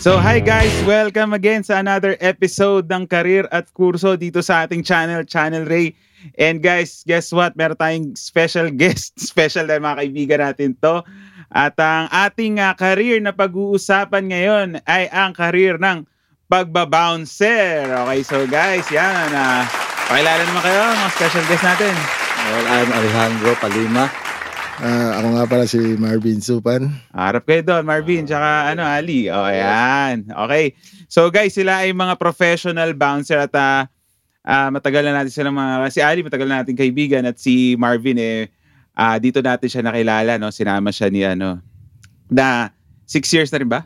So hi guys, welcome again sa another episode ng Karir at Kurso dito sa ating channel, Channel Ray. And guys, guess what? Meron tayong special guest, special na mga kaibigan natin to. At ang ating ah, career na pag-uusapan ngayon ay ang career ng pagbabouncer. Okay, so guys, yan. na pakilala naman kayo, mga special guest natin. Well, I'm Alejandro Palima. Ah, ako nga pala si Marvin Supan. Harap kayo doon, Marvin, tsaka ano, Ali. O, ayan. Okay. So, guys, sila ay mga professional bouncer at ah, ah, matagal na natin silang mga... Si Ali, matagal na natin kaibigan at si Marvin, eh, ah, dito natin siya nakilala, no? Sinama siya ni, ano, na six years na rin ba?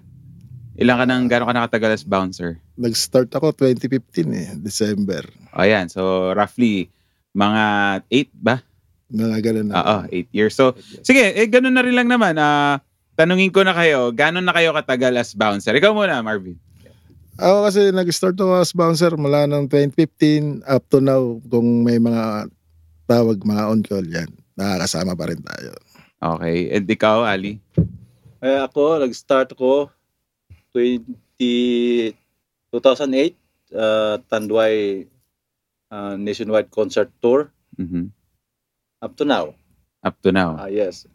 Ilang ka nang, gano'n ka nakatagal as bouncer? Nag-start ako 2015 eh, December. O, ayan. So, roughly, mga eight ba? Mga ganun na. Oo, eight years. So, sige, eh, ganun na rin lang naman. Ah, tanungin ko na kayo, gano'n na kayo katagal as bouncer? Ikaw muna, Marvin. Ako kasi nag-start ako as bouncer mula ng 2015 up to now. Kung may mga tawag, mga on-call yan. Nakakasama pa rin tayo. Okay. And ikaw, Ali? Eh, ako, nag-start ko 20, 2008, uh, Tanduay uh, Nationwide Concert Tour Mhm. up to now. Up to now. Ah, yes,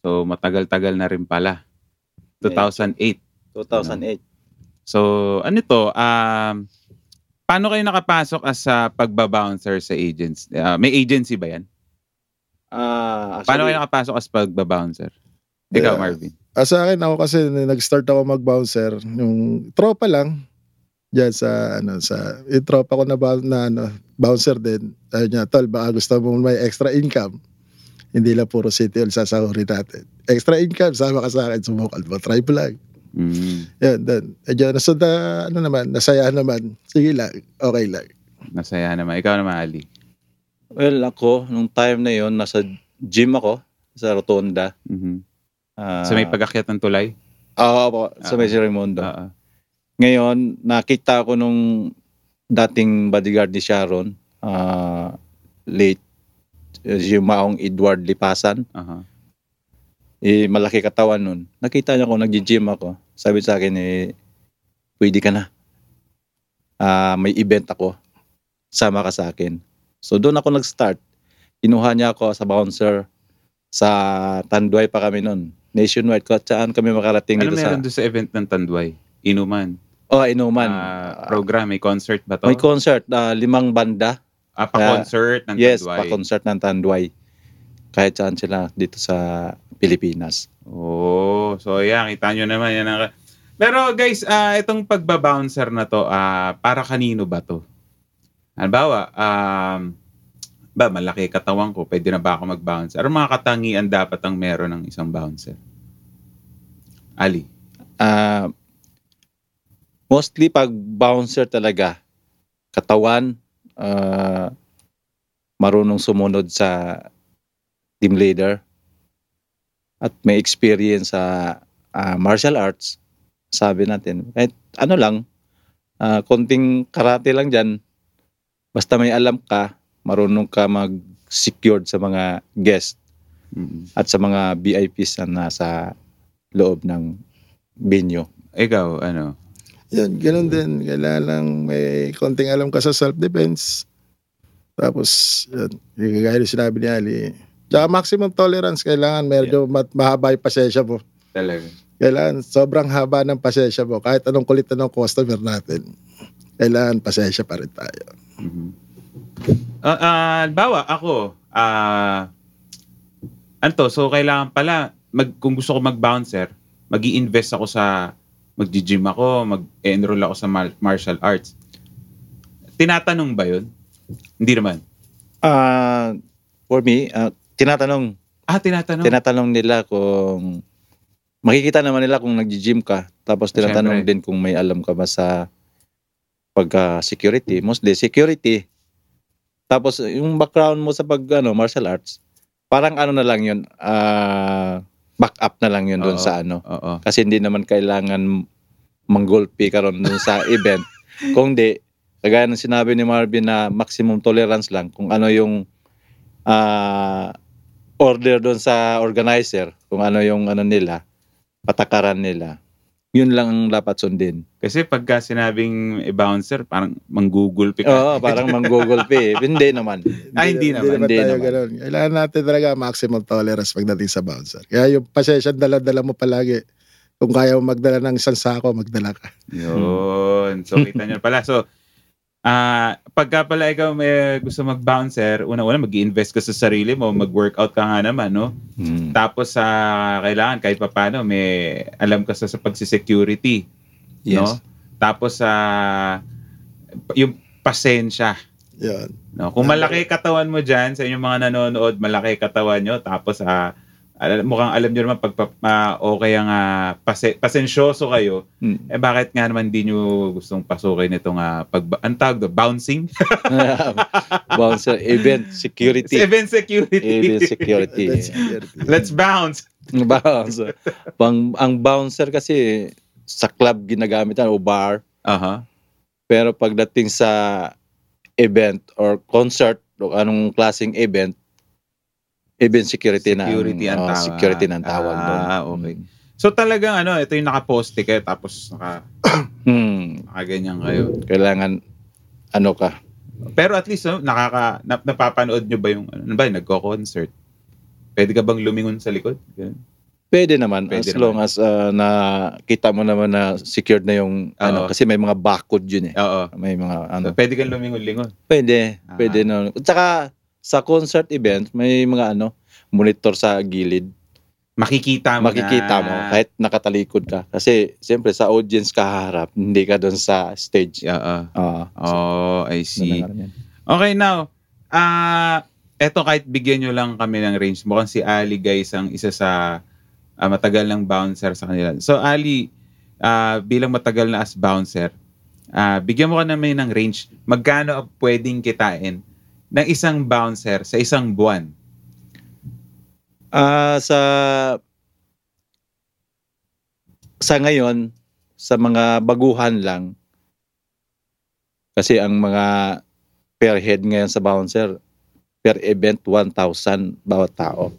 So, matagal-tagal na rin pala. 2008. 2008. So, ano to? Um, paano kayo nakapasok as sa pagbabouncer sa agents? Ah, may agency ba yan? Ah, Paano kayo actually, nakapasok as pagbabouncer? Ikaw, Yeah. Marvin. Ah, sa akin, ako kasi nag-start ako mag-bouncer. Yung tropa lang. Diyan sa, ano, sa, yung tropa ko na, ba- na ano, bouncer din. Sabi niya, tol, baka gusto mo may extra income. Hindi lang puro city hall sasahurin natin. Extra income, sama ka sa akin, sumukal mo, try mo lang. Mm, Yan, dun. Eh, diyan, so, na, ano naman, nasayahan naman. Sige lang, okay lang. nasaya naman. Ikaw naman, Ali. well, ako, nung time na yon nasa gym ako, sa Rotonda. Mhm. Ah, Sa may pagakyat ng tulay? Oo, opo, sa Ah. may Sirimondo. Oo. Ngayon, nakita ko nung dating bodyguard ni Sharon, ah, late eh, si Maong Edward Lipasan, Aha. eh, malaki katawan nun. Nakita niya ako, nag-gym ako. Sabi sa akin, eh, pwede ka na. Ah, may event ako. Sama ka sa akin. So doon ako nag-start. Kinuha niya ako sa bouncer sa Tanduay pa kami nun. Nationwide ko. Saan kami makarating Ano dito sa... meron doon sa event ng Tanduay? Inuman. Oh, inuman. Ah, program, may concert ba to? may concert. ah, limang banda. Ah, pa-concert ng yes, Tanduay. pa-concert ng Tanduay. Kahit saan sila dito sa Pilipinas. Oo. Oh, So, yeah, kita nyo naman. Yan ang... Pero guys, ah, itong pagbabouncer na to, ah, para kanino ba to? Halimbawa, um, ba, malaki katawan ko, pwede na ba ako mag-bouncer? Ano mga katangian dapat ang meron ng isang bouncer? Ali. Ah, mostly pag bouncer talaga, katawan, ah, marunong sumunod sa team leader, at may experience sa ah, martial arts, sabi natin, kahit ano lang, ah, konting karate lang dyan, basta may alam ka, marunong ka mag-secured sa mga guest. Mm. at sa mga VIPs na nasa loob ng venue. Ikaw, ano? Yan, ganun din. Kailangan lang may konting alam ka sa self-defense. Tapos, yan, yung kagaya ng sinabi ni Ali. Tsaka maximum tolerance, kailangan medyo mat- mahaba yung pasensya mo. Talaga. Kailangan sobrang haba ng pasensya mo. Kahit anong kulit na ng customer natin, kailangan pasensya pa rin tayo. Mhm. Ah, ah, halimbawa, ako, ah, anto, so kailangan pala, mag, kung gusto ko mag-bouncer, mag invest ako sa, mag-gym ako, mag-enroll ako sa mar- martial arts. Tinatanong ba yun? Hindi naman. Ah, for me, ah, tinatanong, Ah, tinatanong. tinatanong nila kung makikita naman nila kung nag-gym ka. Tapos tinatanong Siyempre. din kung may alam ka ba sa pagka security, mostly security. Tapos yung background mo sa pag ano, martial arts, parang ano na lang 'yun, ah back up na lang 'yun doon Oo. sa ano, Oo. kasi hindi naman kailangan manggulpi ka ron dun sa event. Kung di, kagaya ng sinabi ni Marvin na maximum tolerance lang kung ano yung ah, order doon sa organizer, kung ano yung ano nila, patakaran nila. Yun lang ang dapat sundin. Kasi pagka sinabing bouncer, parang manggugul pick Oo, parang manggugol pa eh. Hindi naman. Ah, hindi naman. Hindi tayo naman. ganun. Kailangan natin talaga maximum tolerance pagdating sa bouncer. Kaya yung pasensya dala-dala mo palagi. Kung kaya mo magdala ng isang sako, magdala ka. Yun. So, kita nyo pala. So, ah pagka pala ikaw may gusto mag-bouncer, una-una mag-invest ka sa sarili mo, mag-workout ka nga naman, no? Hmm. Tapos sa kailangan kahit papaano may alam ka sa, sa pagsisecurity, no? Yes. Tapos sa yung pasensya, Yun. no? Kung malaki katawan mo diyan sa inyong mga nanonood, malaki katawan nyo tapos sa mukhang alam nyo naman pag pa- ah, okay ang ah, pase- pasensyoso kayo, Hmm. eh bakit nga naman di nyo gustong pasukin itong ah, pag ang tawag doon, bouncing? Bouncer, event security. Event security. Event security. That's security. Let's bounce. bouncer. Bang, ang bouncer kasi sa club ginagamitan o bar. Uh-huh. Aha. Pero pagdating sa event or concert o anong klaseng event, event security, na Security ang oh, tawag. security na ang tawag Ah, doon. okay. So talagang ano, ito yung nakaposte kayo tapos naka, Hmm. nakaganyan kayo. Kailangan ano ka? Pero at least, no, nakaka, nap, napapanood nyo ba yung, ano ba, yung nagko-concert? Pwede ka bang lumingon sa likod? Ganun. Pwede naman Pwede as long as uh, nakita mo naman na secured na yung ano Oo. kasi may mga barcode yun eh. Oo. May mga ano. So, pwede kang lumingon-lingon. Pwede, Ah. pwede na. At saka sa concert event may mga ano monitor sa gilid. Makikita mo Makikita na. mo kahit nakatalikod ka kasi siyempre sa audience ka haharap, hindi ka doon sa stage. Oo. Ah, Oo. Oh, I So, see. ganun yan. Okay, now, ah, eto kahit bigyan nyo lang kami ng range. Mukhang si Ali, guys, ang isa sa ah, matagal ng bouncer sa kanila. So, Ali, ah, bilang matagal na as bouncer, ah, bigyan mo ka namin ng range. Magkano ang pwedeng kitain ng isang bouncer sa isang buwan? Ah, sa sa ngayon sa mga baguhan lang kasi ang mga per head ngayon sa bouncer per event 1,000 bawat tao.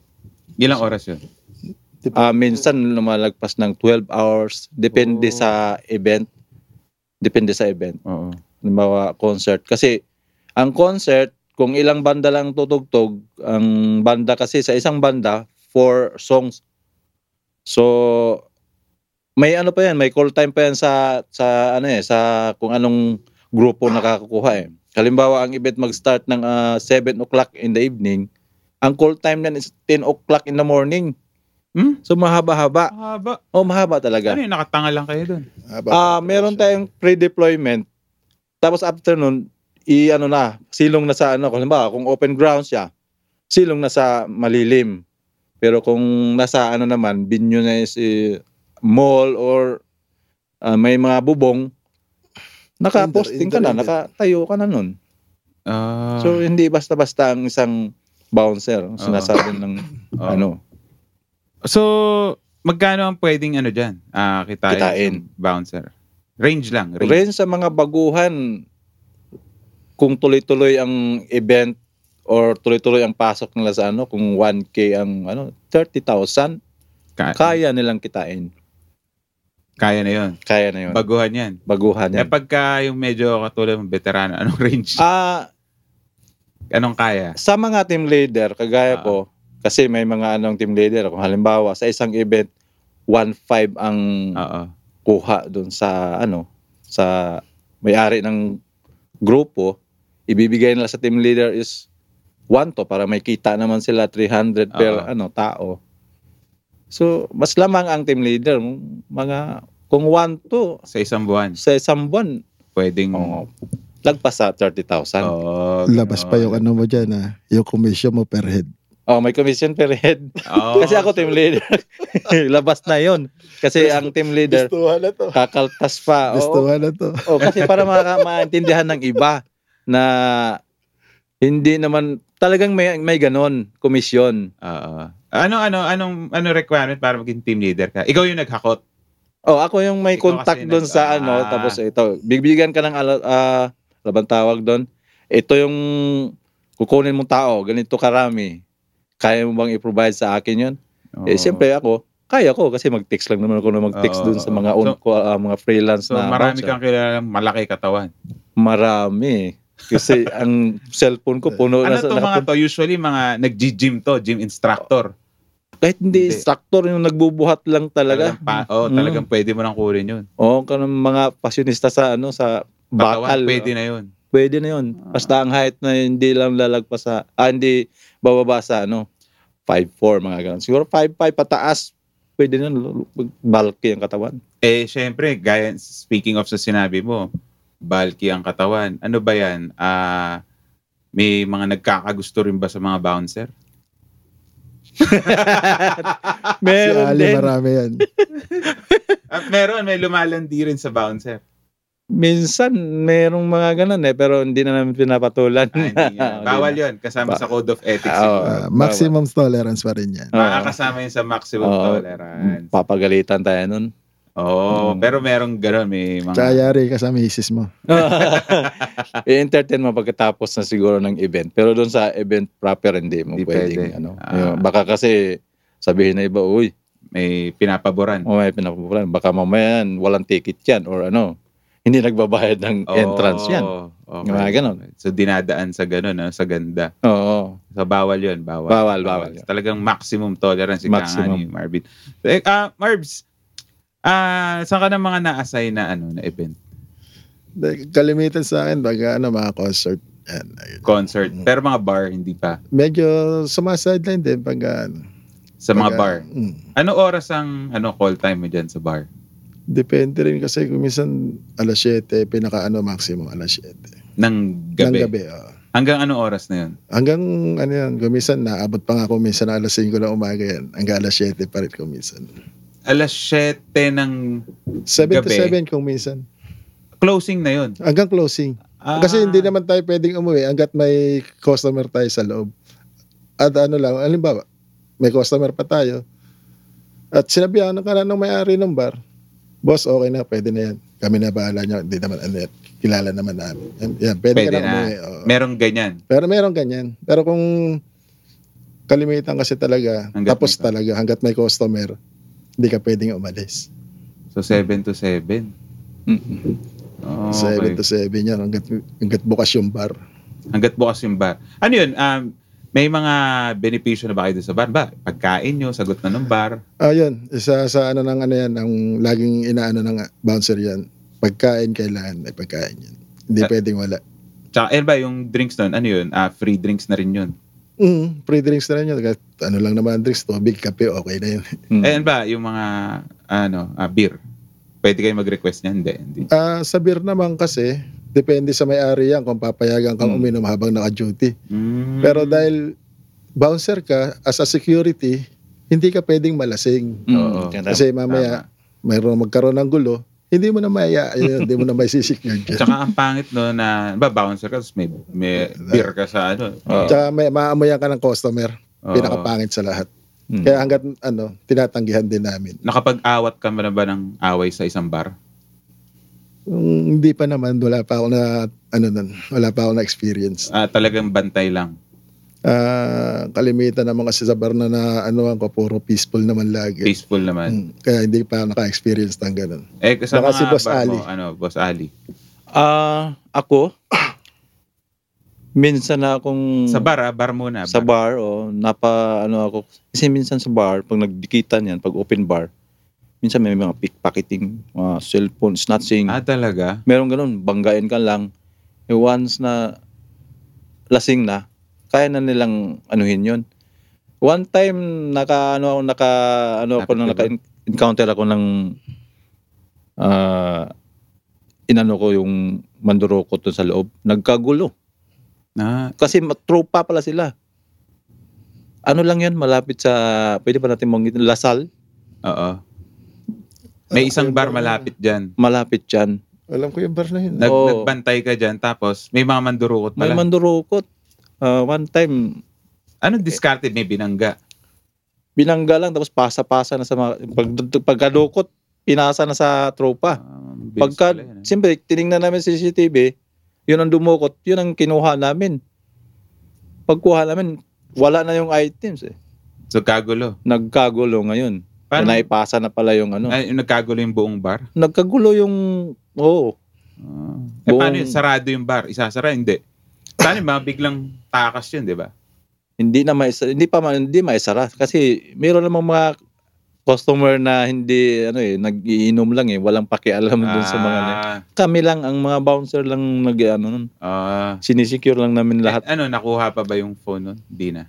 Ilang oras yun? Ah, minsan lumalagpas ng 12 hours depende Oh. sa event. Depende sa event. Oo. Halimbawa, concert. Kasi, ang concert, kung ilang banda lang tutugtog, ang banda kasi sa isang banda, four songs. So, may ano pa yan, may call time pa yan sa, sa ano eh, sa kung anong grupo nakakakuha eh. Halimbawa, ang event mag-start ng ah, 7 o'clock in the evening, ang call time niyan is 10 o'clock in the morning. Hmm? So, mahaba-haba. Haba. O, mahaba talaga. Ano yun? Nakatanga lang kayo doon. Haba Ah, pa- meron tayong pre-deployment. Tapos after nun, i ano na, silong na sa ano, kung ba, kung open ground siya, silong na sa malilim. Pero kung nasa ano naman, binyo na is eh, mall or ah, may mga bubong, naka-posting ka Indoor, na, indoor, nakatayo ka na nun. Ah, So hindi basta-basta ang isang bouncer, ang sinasabi ng oo. ano. So, magkano ang pwedeng ano dyan? Ah, kitain. Kitain. ng Bouncer. Range lang. Range. Rin sa mga baguhan, kung tuloy-tuloy ang event or tuloy-tuloy ang pasok nila sa ano, kung 1K ang ano, 30,000, Ka- kaya nilang kitain. kaya na yun. Kaya na yun. Baguhan yan. Baguhan Eh yan. pagka yung medyo katulad ng veterano, anong range? Ah, Anong kaya? sa mga team leader, kagaya ko, kasi may mga anong team leader, kung halimbawa sa isang event, 1.5 ang Oo. kuha doon sa ano, sa may-ari ng grupo, ibibigay nila sa team leader is 1 to para may kita naman sila 300 per Oo. ano tao. So, mas lamang ang team leader m- mga kung 1 to Sa isang buwan, sa isang buwan, pwedeng... oo, lagpas sa 30,000. Oo, Oh. Labas pa yung ganun. ano mo dyan ha. Yung commission mo per head. Oh, may commission per head. Oo. Kasi ako team leader. Labas na 'yon. Kasi ang team leader Gustuhan na to. kakaltas Ah, pa. Oo, Gustuhan na to. Oh, kasi para maka- maintindihan ng iba na hindi naman talagang may may ganon komisyon. Oo. Ano, ano, anong, ano requirement para maging team leader ka? Ikaw yung naghakot. Oh, ako yung may Ikaw contact kasi doon nag- sa ano ah. tapos ito, bibigyan ka ng ala- ah, labang tawag doon. Ito yung kukunin mong tao, ganito karami. Kaya mo bang i-provide sa akin 'yon? Oo. Eh siyempre ako, kaya ko kasi mag-text lang naman ako na mag-text Oo, dun sa oo. mga own So- ko, ah, mga freelance So, na marami bouncer. kang kilala malaki katawan. Marami. Kasi ang cellphone ko puno Ano na sa to mga to? Usually mga nag-gym to, gym instructor. kahit hindi, Hindi. instructor yung nagbubuhat lang talaga. Talagang, pa, oh, Hmm. Mm. talagang pwede mo nang kurin yun. Oo, kanang mga pasyonista sa ano sa Katawan, bakal. pwede na yun. Pwede na yun. Basta ang height na yun, hindi lang lalagpas sa, ah, hindi bababa sa ano, 5'4", mga ganun. Siguro 5'5", pataas, pwede na, lalo- pag bulky ang katawan. Eh, syempre, gaya, speaking of sa sinabi mo, bulky ang katawan. Ano ba yan? Ah, may mga nagkakagusto rin ba sa mga bouncer? Si Ah, Meron Ali, din. marami yan. Ah, At Ah, meron, may lumalandi rin sa bouncer. Minsan, merong mga ganun eh, pero hindi na namin pinapatulan. Ah, hindi nga. Oo, Bawal hindi yun, kasama Ba- sa code of ethics. Oo. yun. Ah, maximum tolerance pa rin yan. Oo. Makakasama yun sa maximum Oo. tolerance. Papagalitan tayo nun. Oo, oh, Mm. pero merong gano'n, may mga... Tsaka yari ka sa misis mo. I-entertain mo pagkatapos na siguro ng event. Pero doon sa event proper, hindi mo Hindi pwedeng, pwede. ano. Ah. Yun, baka kasi sabihin na iba, uy, may pinapaboran. mamaya pinapapulan. Baka mamaya yan, walang ticket yan or ano. Hindi nagbabayad ng Oh. entrance yan. Oo, okay. Yung mga ganon. So dinadaan sa gano'n, ano, sa ganda. Oo. So bawal yun, bawal. Bawal, bawal. Talagang maximum tolerance. Ika Nga ni Maximum. Marvin. Eh, ah, Marbs, ah, saan ka ng mga na-assign na, ano, na event? Kalimitan sa akin, baga ano, mga concert. Yan. ayun. Concert. Pero mga bar, hindi pa. Medyo sumasideline din pag ano. Sa mga pag, bar. ah, mm. Ano oras ang ano call time mo dyan sa bar? depende rin kasi kung minsan alas 7, pinaka ano maximum alas 7. Ng gabi? Ng gabi, oo. Hanggang ano oras na yun? Hanggang ano yan, kumisan naabot pa nga kumisan na alas 5 na umaga yan. Hanggang alas 7 pa rin kumisan. Alas 7 ng 7 to Gabi. 7 kumisan. closing na yun. Hanggang closing. Ah, Kasi hindi naman tayo pwedeng umuwi hanggat may customer tayo sa loob. At ano lang, alimbawa, may customer pa tayo. At sinabihan ka na ng may-ari ng bar, boss, okay na, pwede na yan. Kami na bahala niya, hindi naman ano yan, kilala naman namin. Yan, yan, pwede, Pwede ka na, na. umuwi. oo. Merong ganyan. Pero meron ganyan. Pero kung kalimitan kasi talaga, Hanggat tapos may- talaga, hanggat may customer, hindi ka pwedeng umalis. So 7 to 7. Mm-mm. Oh, okay. 7 to 7 yan, hanggat, hanggat bukas yung bar. Hanggat bukas yung bar. Ano yun? Um, may mga benepisyo na ba kayo doon sa bar? Ba, pagkain nyo, sagot na ng bar. Ayun, Ah, isa sa ano ng ano yan, ang laging inaano ng bouncer yan. Pagkain, kailangan may pagkain yan. Hindi Ah. pwedeng wala. Tsaka, eh ba, yung drinks doon, ano yun? Ah, free drinks na rin yun. Mm, free drinks na rin yun. Kahit Ano lang naman ang drinks, tubig, kape, okay na yun. Mm. Eh, ano ba, yung mga, ano, ah, beer. Pwede kayo mag-request niyan? Hindi, hindi. Ah, sa beer naman kasi, depende sa may-ari yan kung papayagan kang Hmm. uminom Mm. habang naka-duty. Mm. Pero dahil bouncer ka, as a security, hindi ka pwedeng malasing. Mm. Oo. Kaya Kasi mamaya, mayroon magkaroon ng gulo, hindi mo na maya, ayun, hindi mo na may sisecure Tama. dyan. Tsaka ang pangit no na ba bouncer ka tapos may, may beer ka sa ano. Oo. Tsaka may maamoyan ka ng customer, Oo. pinakapangit sa lahat. Mm. Kaya hanggat ano, tinatanggihan din namin. Nakapag-awat ka ba na ba ng away sa isang bar? Mm, hindi pa naman, wala pa ako na, ano nun, wala pa ako na experience. Ah, talagang bantay lang. Ah, kalimitan naman kasi sa bar na na, ano ko, puro peaceful naman lagi. Peaceful naman. Mm, kaya hindi pa ako naka-experience ng ganun. Eh, sa Baka mga si Boss bar Ali. Mo, ano, Boss Ali. Ah, ako, minsan na akong... Sa bar, ah, bar muna. Mm. sa bar o napa ano ako kasi minsan sa bar pag nagdikitan yan pag open bar minsan may mga pickpocketing mga cellphone snatching Ah, talaga? meron ganun banggain ka lang eh, once na lasing na kaya na nilang anuhin yun one time naka ano ako naka ano ako nang naka encounter ako ng ah inano ko yung manduro ko to sa loob nagkagulo Ah, kasi ma- tropa pala sila. Ano lang yan, malapit sa, pwede ba natin mong Lasal? oo. May Ano isang bar malapit dyan. Malapit dyan. Alam ko yung bar na yun. Nag, Oo. Nagbantay ka dyan, tapos may mga mandurukot May pala. mandurukot. Ah, one time, Anong discarded may binangga? binangga lang, tapos pasa-pasa na sa mga, pag, pagkadukot, pinasa na sa tropa. Um, bilis Ah, Pagka, pala yan, eh. siyempre, tinignan namin sa CCTV, yun ang dumukot, yun ang kinuha namin. Pagkuha namin, wala na yung items eh. So, kagulo. Nagkagulo ngayon. Na Parang, naipasa na pala yung ano. ay, nagkagulo yung buong bar. Nagkagulo yung, oo. Ah. eh, paano Buong- yun? Sarado yung bar. Isasara? Hindi. Paano yun? Mga biglang takas yun, di ba? hindi na maisa, hindi pa man, hindi maisara kasi meron namang mga customer na hindi ano eh nagiinom lang eh walang pakialam dun sa mga ano. Ah, kami lang ang mga bouncer lang nag ano nun ah. sinisecure lang namin lahat Eh, ano, nakuha pa ba yung phone nun? Hindi na.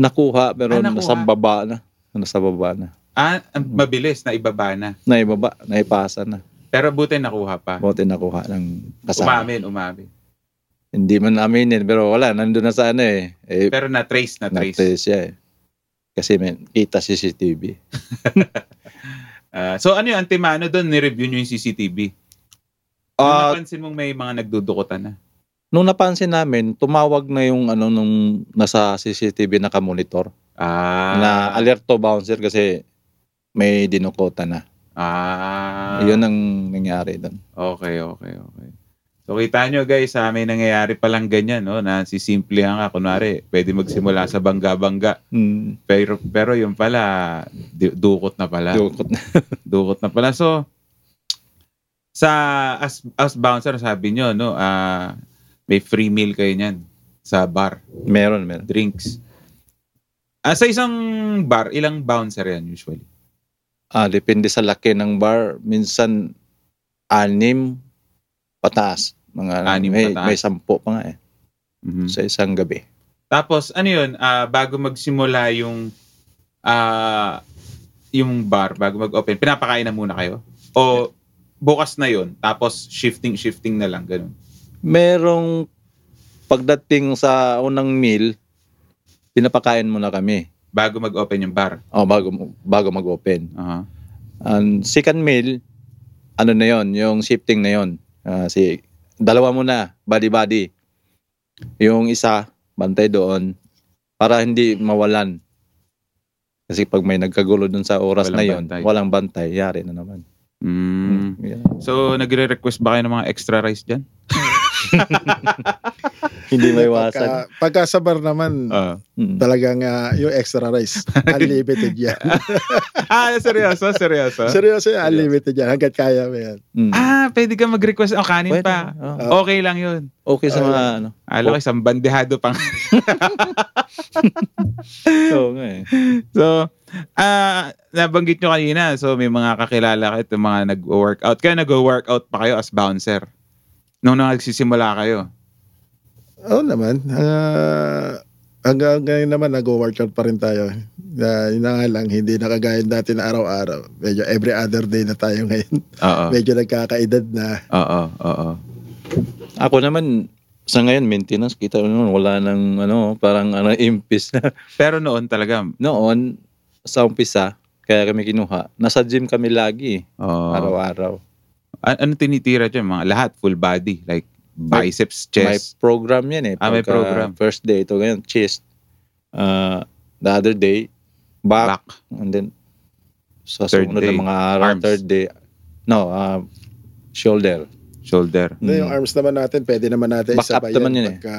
nakuha Ah, pero nakuha. nasa baba na nasa baba na Ah, ang Hmm. mabilis. Naibaba na. naibaba naipasa na Pero buti nakuha pa. buti nakuha ng kasama Umamin, umamin. hindi man aminin pero wala nandun na sa ano eh, eh Pero na-trace, na-trace. natin siya eh kasi men kita CCTV Ah, so ano yung antimano doon? Nireview nyo yung CCTV. Nung ah napansin mong may mga nagdudukutan na. Nung napansin namin, tumawag na yung ano nung nasa CCTV nakamonitor Ah. na alerto bouncer kasi may dinukota na. Ah. Iyon ang nangyari doon. Okay, okay, okay. So kita nyo guys, sa may nangyayari palang ganyan, no? Na si Simple nga, kunwari, pwede magsimula sa bangga-bangga. Mm, Pero, pero yung pala, di- dukot na pala. dukot na. Dukot na pala. So, sa as, as bouncer, sabi nyo, no? ah, may free meal kayo niyan sa bar, Meron, meron. drinks. Ah, sa isang bar, ilang bouncer yan usually? Ah, depende sa laki ng bar. Minsan, anim pataas. Mga Anim may, pataas. May sampo pa nga eh. Mhm. Sa isang gabi. Tapos ano yun, ah, bago magsimula yung ah, yung bar, bago mag-open, pinapakain na muna kayo? O bukas na yun, tapos shifting shifting na lang ganun. Merong pagdating sa unang meal, pinapakain muna kami. Bago mag-open yung bar. Oh, bago, bago mag-open. Aha. Ang second meal, ano na yon yung shifting na yon Ah, si, dalawa muna, body-body. Yung isa, bantay doon, para hindi mawalan. Kasi pag may nagkagulo doon sa oras Walang na yon bantay. walang bantay, yari na naman. Mm. So nagre-request ba kayo ng mga extra rice diyan? Hindi may Mm, Pagka, pagka sa bar Ah. naman, talagang ah, yung extra rice, unlimited yan. ah, seryoso, seryoso. Seryoso yan, unlimited yan. Hanggat kaya mo yan. mm. ah, pwede ka mag-request o kanin pa. Okay lang 'yun. oh. okay sa mga ano. Alam ko isang bandehado pang Oo nga eh. So, ah nabanggit nyo kanina, so may mga kakilala kayo, itong mga nag-workout. Kaya nag-workout pa kayo as bouncer. Nung nagsisimula kayo. Oo naman. Ah, hanggang ngayon naman, nag-workout pa rin tayo. Na yun na nga lang, hindi nakagaya dati na araw-araw. Medyo every other day na tayo ngayon. Oo, Ah. Medyo nagkakaedad na. oo, oo. Ako naman, sa ngayon, maintenance, kita mo naman, wala nang ano, parang ano, impis na. Pero noon talaga, Noon, sa umpisa, kaya kami kinuha, nasa gym kami lagi, oh, araw-araw. an- ano tinitira dyan? Mga lahat, full body. Like, biceps, May chest. program yan eh. Ah, may Pagka program. First day, ito ganyan, chest. Uh, the other day, back, Back. and then sa Third sumunod day, na mga araw, arms. third day, no, ah, shoulder. Mm. shoulder. Na Ano yung arms naman natin, pwede naman natin Hmm. Back up isabay naman yun eh. Pagka,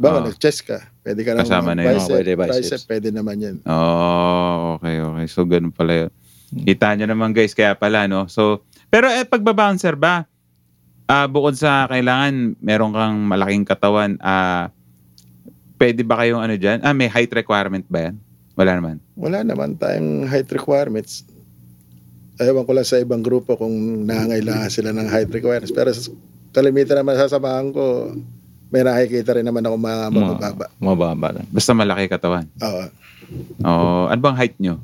bawa, Oo. nag-chest ka. Pwede ka naman Kasama na yun. Oo, pwede biceps. tricep, pwede naman yun. Oh, okay, okay. So, ganun pala yun. Hmm. Kita nyo naman guys, kaya pala, no? So, pero eh, pagbabouncer ba, ah bukod sa kailangan, meron kang malaking katawan, ah pwede ba kayong ano dyan? Ah, may height requirement ba yan? Wala naman. Wala naman tayong height requirements. Ewan ko lang sa ibang grupo kung nangangailangan sila ng height requirements. Pero sa kalimitan naman sasamahan ko, may nakikita rin naman ako mga Mga- mababa. Mababa lang. Basta malaki katawan. Oo. Oo. ano bang height nyo?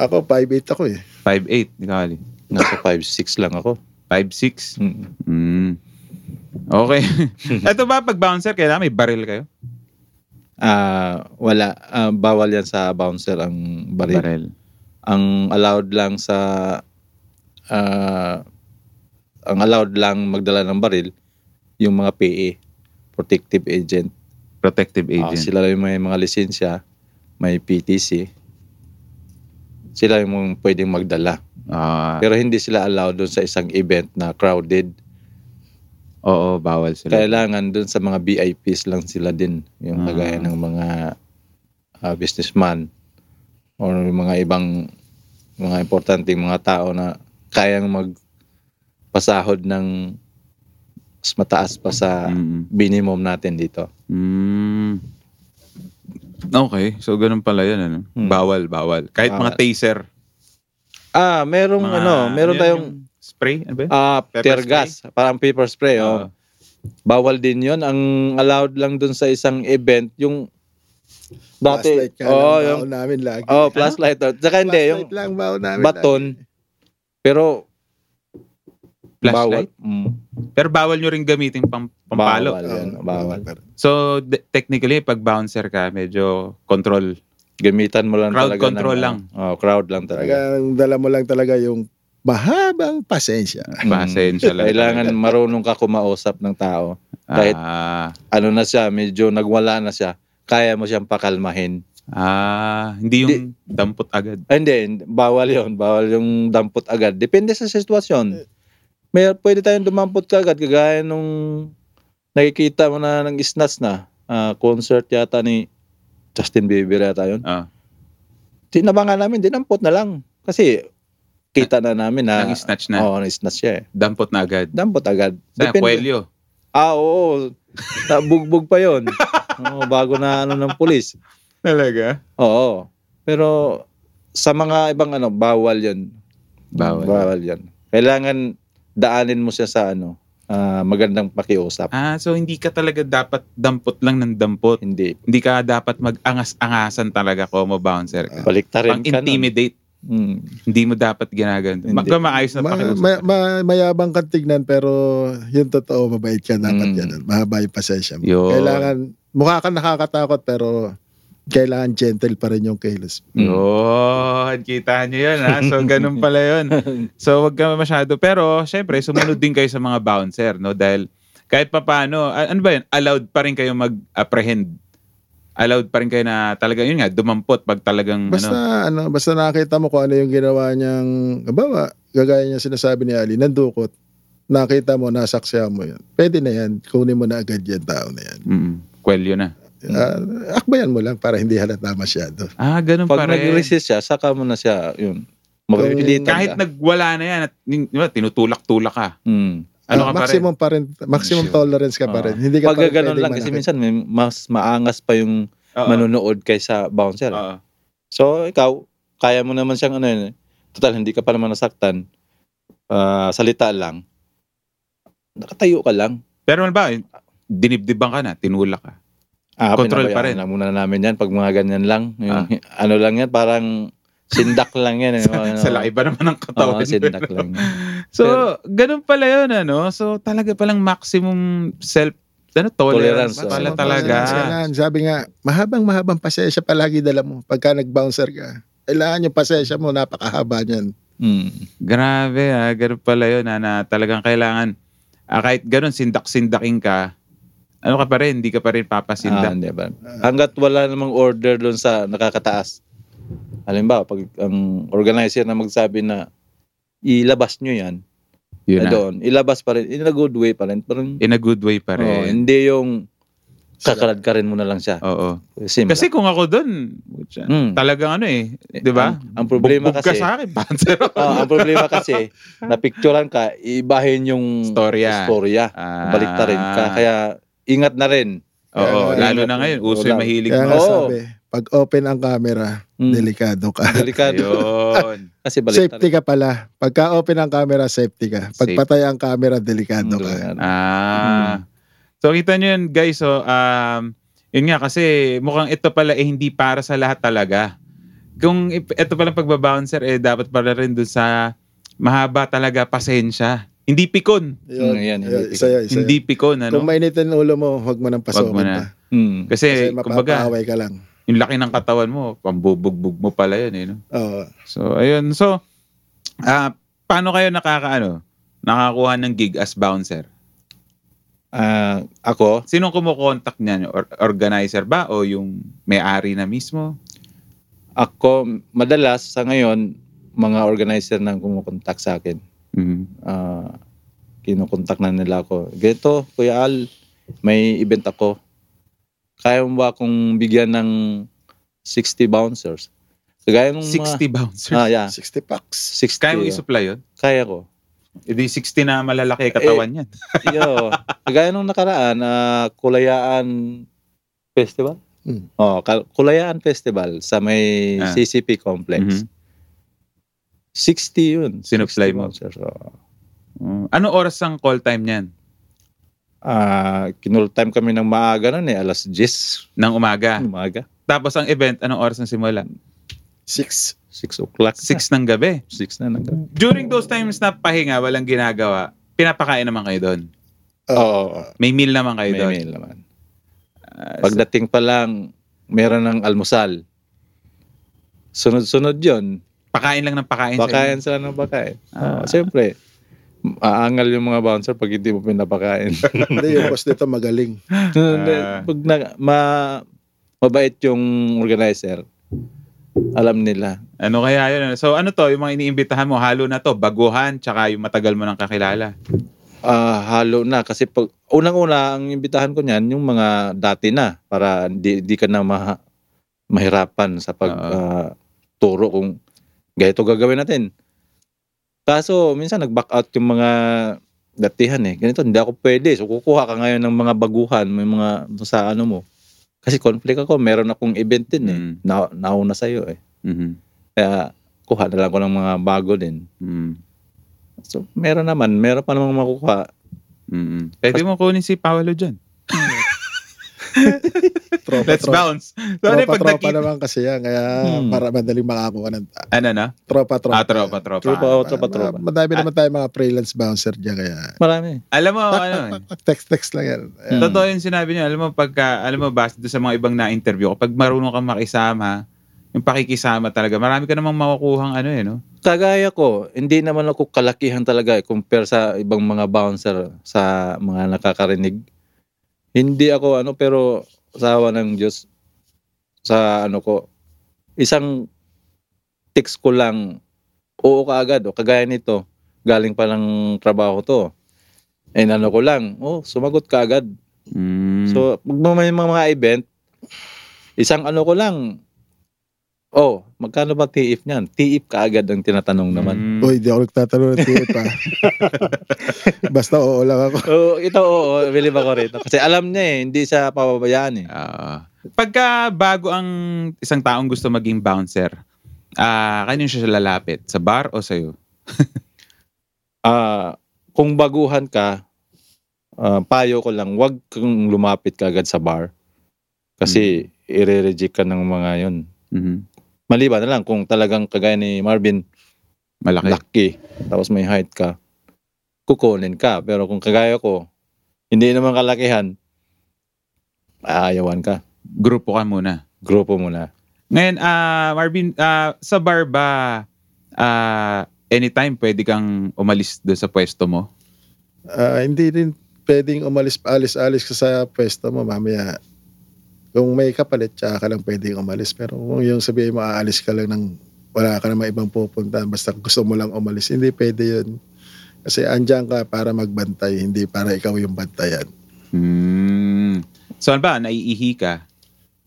Ako, 5'8 ako eh. 5'8", di ka kali. Nasa 5'6 lang ako. 5'6". Mm. Mm. Okay. Ito ba, pag bouncer, kailangan may baril kayo? Ah, wala, Ah, bawal yan sa bouncer ang baril. ang allowed lang sa ah, ang allowed lang magdala ng baril yung mga PA protective agent, Protective Ah, agent. sila yung may mga lisensya may PTC sila yung mga pwedeng magdala Ah, pero hindi sila allowed doon sa isang event na crowded oo, bawal sila. kailangan doon sa mga VIPs lang sila din yung Ah. kagaya ng mga ah, businessman or yung mga ibang mga importanteng mga tao na kayang magpasahod ng mas mataas pa sa Mm. minimum natin dito. Mm. Okay, so ganun pala yan. Ano? Hmm. Bawal, bawal. Kahit mga Bawal. taser. Ah, merong mga- ano, meron yun, tayong yung Spray? Ano ba yun? ah pepper tear spray? gas, parang paper spray. Ah. Oh. Bawal din yon Ang allowed lang dun sa isang event, yung dati, Flashlight ka oh, lang yung, baon namin lagi. Ano? oh, flashlight. oh. Tsaka hindi, yung Flashlight lang baon namin lagi. baton. Pero, Flashlight? bawal. Mm, Pero bawal nyo rin gamitin pang, pampalo. Bawal yan, Oo, bawal. pero- So, de- technically, pag bouncer ka, medyo control. Gamitan mo lang Crowd talaga. control ng, lang. Oh, crowd lang talaga. Talagang dala mo lang talaga yung mahabang pasensya. Mm. Pasensya lang. Kailangan marunong ka kumausap ng tao. kahit- Ah, Ano na siya, medyo nagwala na siya. Kaya mo siyang pakalmahin. ah, hindi yung dampot agad. Ay, Ah, Hindi, hindi. bawal yon Bawal yung dampot agad. Depende sa sitwasyon. May, pwede tayong dumampot ka agad. Kagaya nung nakikita mo na ng snatch na. ah, concert yata ni Justin Bieber yata yun. Ah. Tinabangan namin, dinampot na lang. Kasi kita na namin na Nang snatch na. Oo, oh, snatch siya eh. Dampot na agad. Dampot agad. Sa kwelyo. Ah, oo. Ah, Bugbog pa yon. Oo, bago na ano ng pulis. Talaga? Oo. Pero sa mga ibang ano, bawal yon. Bawal. Bawal yon. Kailangan daanin mo siya sa ano, ah, magandang pakiusap. Ah, so hindi ka talaga dapat dampot lang ng dampot. Hindi. Hindi ka dapat mag-angas-angasan talaga como bouncer ka. Baliktarin ka nun. Pang-intimidate. Mm. Hindi mo dapat ginaganto. Hindi. Magka maayos na Ma- pakiusap. ma- ma- mayabang kang tignan pero yung totoo mabait ka dapat Mm. ganun. Mahaba yung pasensya mo. Yun. Kailangan mukha kang nakakatakot pero kailangan gentle pa rin yung kilos. Mm. Yun, kita nyo yun ha. So, ganun pala yun. So, wag ka masyado. Pero, syempre, sumunod din kayo sa mga bouncer, no? Dahil kahit pa paano, a- ano ba yun? Allowed pa rin kayo mag-apprehend. Allowed pa rin kayo na talaga, yun nga, dumampot pag talagang, ano, Basta ano, basta nakita mo kung ano yung ginawa niyang kabawa, gagaya niya sinasabi ni Ali, nandukot. Nakita mo, nasaksihan mo yun. Pwede na yan. Kunin mo na agad yan tao na yan. mm, kwelyo na. Ah, akbayan mo lang para hindi halata masyado. Ah, ganun pa Pag rin. nag-resist siya, saka mo na siya, yun. Kung- Mapipilitan Kahit ka. nagwala na yan, at, yun, yun, tinutulak-tulak ka. Mm. Ano ka pa Ah, rin? maximum pa rin? maximum Sure. tolerance ka pa Ah. rin. Hindi ka Pag pa rin ganun pwedeng lang, kasi manakit. minsan may mas maangas pa yung Oo, manunood kaysa bouncer. oo. So, ikaw, kaya mo naman siyang ano yun. eh. Total, hindi ka pa naman nasaktan. Ah, salita lang. Nakatayo ka lang. Pero ano ba, dinibdibang ka na, tinulak ka. Ah, Control pa rin. pinabayaan Na muna namin yan pag mga ganyan lang. Ah. Yung, Ano lang yan, parang sindak lang yan. eh. ano, Sa laki ba naman ng Oo, katawan? sindak lang. So, Pero- ganun pala yun, ano? So, talaga palang maximum self, ano, tolerance, Tolerance, oh. pala Maximum talaga. tolerance ka lang. Sabi nga, mahabang mahabang pasensya palagi dala mo pagka nag-bouncer ka. Kailangan yung pasensya mo, napakahaba niyan. Mm. Grabe, ah, ganun pala yun, ah, na talagang kailangan, ah, kahit ganun, sindak-sindaking ka, ano ka pa rin, hindi ka pa rin Ah, papasindak. hindi ba? Hanggat wala namang order doon sa nakakataas. Halimbawa, pag ang organizer na magsabi na ilabas nyo yan, yun eh, na. doon, ilabas pa rin, in a good way pa rin. Parang, In a good way pa oh, rin. hindi yung kakalad ka rin mo na lang siya. Oo. Kasi, Kasi kung ako dun, putya, Mm. talagang ano eh, di ba? Ang, ang problema Bugbog ka kasi, sa akin, panzer. Oo, ang problema kasi, napicturean ka, ibahin yung Storya. storya. Ah, Baliktarin ka. Kaya, ingat na rin. Oo, Kaya- lalo na ngayon, uso yung Wala. mahilig Kaya na. nga Oo. sabi, pag open ang camera, Mm, delikado ka. delikado. Yun. kasi baliktarin. Safety ka pala. Pagka open ang camera, safety ka. Safe. Pag patay ang camera, delikado ka. Ah. So kita nyo yun guys, so um, yun nga kasi mukhang ito pala eh hindi para sa lahat talaga. Kung ip- ito pala pagbabouncer eh dapat pala rin dun sa mahaba talaga pasensya. Hindi pikon. Yun, Mm, yan, yun, hindi isa yun, isa yun. Hindi pikon ano. Kung mainitin ang ulo mo, huwag mo nang Wag mo pasukin na. pa. Mm. Kasi, Kasi kumbaga, mapapaaway ka lang. yung laki ng katawan mo, pambubugbog mo pala yun. Eh, no? Oo. So, ayun. So, ah paano kayo nakakaano? Nakakuha ng gig as bouncer? Ah, ako, Sinong kumukontak niyan? Or- organizer ba o yung may-ari na mismo? ako, madalas sa ngayon, mga organizer na kumukontak sa akin. Mm-hmm. Ah, kinukontak na nila ako. Ganito, Kuya Al, may event ako. Kaya mo ba akong bigyan ng 60 bouncers? Kagaya nung mga... 60 bouncer. Ah, yeah. 60 packs. 60. Kaya mo oh. i-supply yun? Eh, Kaya ko. E di 60 ah. na malalaki katawan yan. Yo. Kagaya nung nakaraan, ah, Kulayaan Festival? Mm. Oh, Ka- Kulayaan Festival sa may Ah. CCP Mhm. Complex. Mm-hmm. 60 yun. oh. Sinupply 60 mo? vouchers, oo. Mm. Anong oras ang call time niyan? Ah, kinul time kami ng maaga nun eh, alas 10 Ng umaga. ng maaga. Tapos ang event, anong oras ang simula? 6. 6 o'clock. 6 6 ng gabi. na nang. Mm. Oo. During those times na pahinga, walang ginagawa, pinapakain naman kayo doon. oo, oo. May meal naman kayo May doon. mail naman. Ah, so- Pagdating pa lang, meron ng almusal. Sunod-sunod yun. Pakain lang ng pakain. sa Bakayan sila ng bakayan. Ah. Oo, Siyempre, aangal yung mga bouncer pag hindi mo pinapakain. Hindi, yung boss nito magaling. Ah. pag na, ma, mabait yung organizer, alam nila. inyo. Ano kaya yun? ano? So ano to, yung mga iniimbitahan mo, halo na to, baguhan, tsaka yung matagal mo nang kakilala. Ah, halo na kasi pag unang-una ang imbitahan ko niyan yung mga dati na para di, di ka na maha- mahirapan sa pag Oo. ah, turo kung ganito gagawin natin. Kaso minsan nag-back out yung mga datihan eh. Ganito hindi ako pwede. So kukuha ka ngayon ng mga baguhan, may mga sa ano mo. Kasi conflict ako, meron akong event din eh. Mm. Na, nauna sa iyo eh. Mm-hmm. Mhm. Kaya kuha na lang ko ng mga bago din. Mm-hmm. Mm. So meron naman, meron pa namang makukuha. Mm-hmm. Mm-mm. Pwede mo kunin si Paolo dyan. Tropa, Let's tropa. bounce. So ano yung pag Tropa, tropa nakita- naman kasi yan. Kaya Hmm. para madaling makakuha ng Ah, Ano na? tropa, tropa. Ah, tropa, tropa. Tropa, Ah, tropa, ma- tropa. Madami naman tayo mga freelance bouncer dyan. Kaya Marami. Alam mo, ano, text-text lang yan. Mm. totoo yung sinabi niyo. Alam mo, pagka, alam mo, base doon sa mga ibang na-interview ko, pag marunong kang makisama, yung pakikisama talaga, marami ka namang makukuhang ano eh, no? kagaya ko, hindi naman ako kalakihan talaga eh, compare sa ibang mga bouncer sa mga nakakarinig. Hindi ako ano pero sa awa ng Diyos sa ano ko isang text ko lang oo ka agad o kagaya nito galing pa ng trabaho to. Eh ano ko lang, oh sumagot ka agad. So, So, pag may mga mga event, isang ano ko lang, oh, magkano ba TIF niyan? TIF ka agad ang tinatanong naman. mm, Hmm. Uy, di ako nagtatanong ng tip pa. Basta oo lang ako. Oo, ito oo, believe ako rito. Kasi alam niya eh, hindi siya pababayaan eh. ah. pagka bago ang isang taong gusto maging bouncer, ah, kanino siya lalapit? Sa bar o sa'yo? Ah, kung baguhan ka, ah, payo ko lang, wag kang lumapit ka agad sa bar. Kasi ire-reject ka ng mga yon. Mhm. Maliban na lang kung talagang kagaya ni Marvin, Malaki. laki, tapos may height ka, kukunin ka. Pero kung kagaya ko, hindi naman kalakihan, aayawan ka. Grupo ka muna. Grupo mo na. Ngayon, ah Marvin, ah, sa bar ba, ah, anytime pwede kang umalis doon sa pwesto mo? Ah, hindi rin pwedeng umalis alis-alis ka sa pwesto mo mamaya. Kung may kapalit, tsaka ka lang pwedeng umalis. Pero kung yung sabihin mo, aalis ka lang ng wala ka naman ibang pupunta, basta gusto mo lang umalis, hindi pwede yun. Kasi andyan ka para magbantay, hindi para ikaw yung bantayan. Hmm. So ano ba, naiihi ka?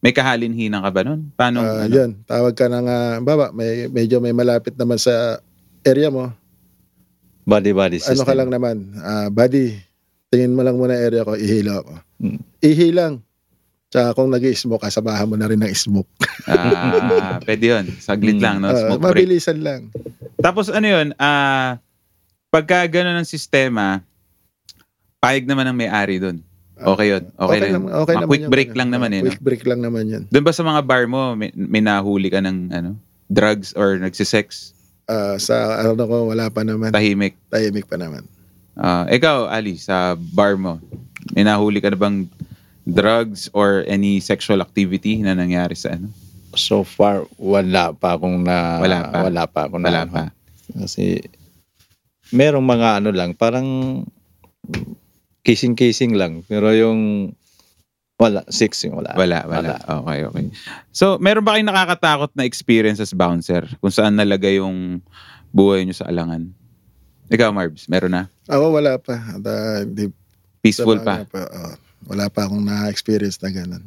May kahalinhinan ka ba nun? Paano? Ah, ano? Yun, tawag ka ng, ah, baba, may, medyo may malapit naman sa area mo, Body-body system. ano ka lang naman, ah, buddy, tingin mo lang muna yung area ko, ihila ako. Hmm. Mm. Ihi lang. Tsaka kung nag smoke kasamahan mo na rin ng smoke. Ah, pwede yun. Saglit Hmm. lang, no? Ah, Smoke break. mabilisan lang. Tapos ano yun, ah, pagka ganun ang sistema, payag naman ang may-ari doon. Okay yun. Okay, lang. naman- Ah, okay Mga naman quick yun. break lang naman Ah, eh. no? Quick break lang naman yun. Doon ba sa mga bar mo, may, may nahuli ka ng ano, drugs or nagsisex? Ah, sa ano ko, wala pa naman. Tahimik? Tahimik pa naman. Ah, ikaw, Ali, sa bar mo, may nahuli ka na bang drugs or any sexual activity na nangyari sa ano? So far, wala pa akong na... Wala pa. Wala pa akong Wala na- pa. Kasi, merong mga ano lang, parang kissing-kissing lang. Pero yung... Wala, six yung wala. Wala, wala. Okay, okay. So, meron ba kayong nakakatakot na experience as bouncer? Kung saan nalagay yung buhay nyo sa alangan? Ikaw, Marbs, meron na? Ako wala pa. Oh, At, ah, hindi, sa Peaceful mga- pa. pa, oo. wala pa akong na-experience na ganun.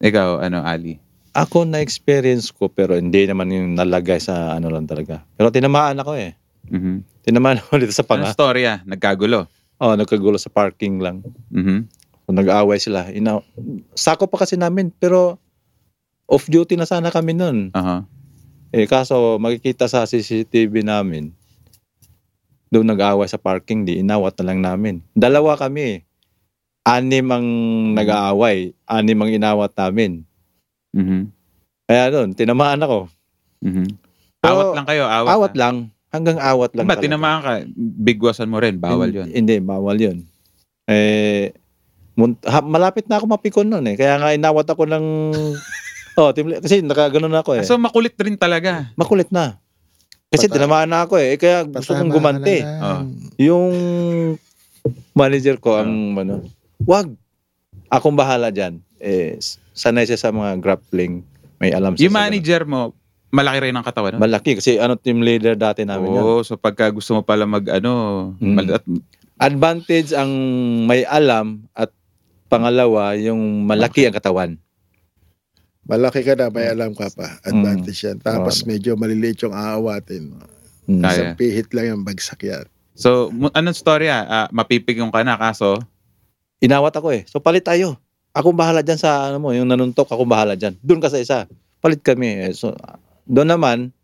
Ikaw, ano, Ali? Ako na-experience ko pero hindi naman yung nalagay sa ano lang talaga. Pero tinamaan ako eh. Mhm. Tinamaan ako dito sa Anong panga. story ah? Nagkagulo. Oh, nagkagulo sa parking lang. Mhm. So, nag-aaway sila. Ina- Sako pa kasi namin pero off-duty na sana kami nun. Aha. Eh, kaso makikita sa CCTV namin, doon nag-aaway sa parking, di inawat na lang namin. Dalawa kami. eh. Anim ang nag-aaway. Anim ang inawat namin. Mhm. Kaya doon, tinamaan ako. Mhm. Pero, Awat lang kayo, awat. Awat lang. Hanggang awat lang. Ba't talaga. tinamaan ka? Bigwasan mo rin, bawal yun. Hindi, bawal yun. Eh, mun- ha- malapit na ako mapikon noon eh. Kaya nga inawat ako ng... oh, timli- kasi nakaganon na ako eh. So makulit rin talaga. Makulit na. Kasi Pata- tinamaan na ako eh. eh kaya gusto kong gumante. Oh. Yung manager ko ang Ah. ano, wag. Akong bahala diyan. Eh s- sanay siya sa mga grappling. May alam siya. Yung sa manager mo, malaki rin ang katawan. ganun. Malaki kasi ano team leader dati namin yan. Oo, so pagka gusto mo pala mag ano, Mm. mal- at- Advantage ang may alam at pangalawa yung malaki ang katawan. Malaki ka na, may alam ka Hmm. pa. Advantage yan. Tapos Wala. medyo maliliit yung aawatin. Mm. Kaya. Isang pihit lang yung bagsak yan. so mu- anong story ah? ah mapipigong ka na kaso Inawat ako eh. So palit tayo. Akong bahala diyan sa ano mo, yung nanuntok akong bahala diyan. Doon ka sa isa. Palit kami. Eh. So doon naman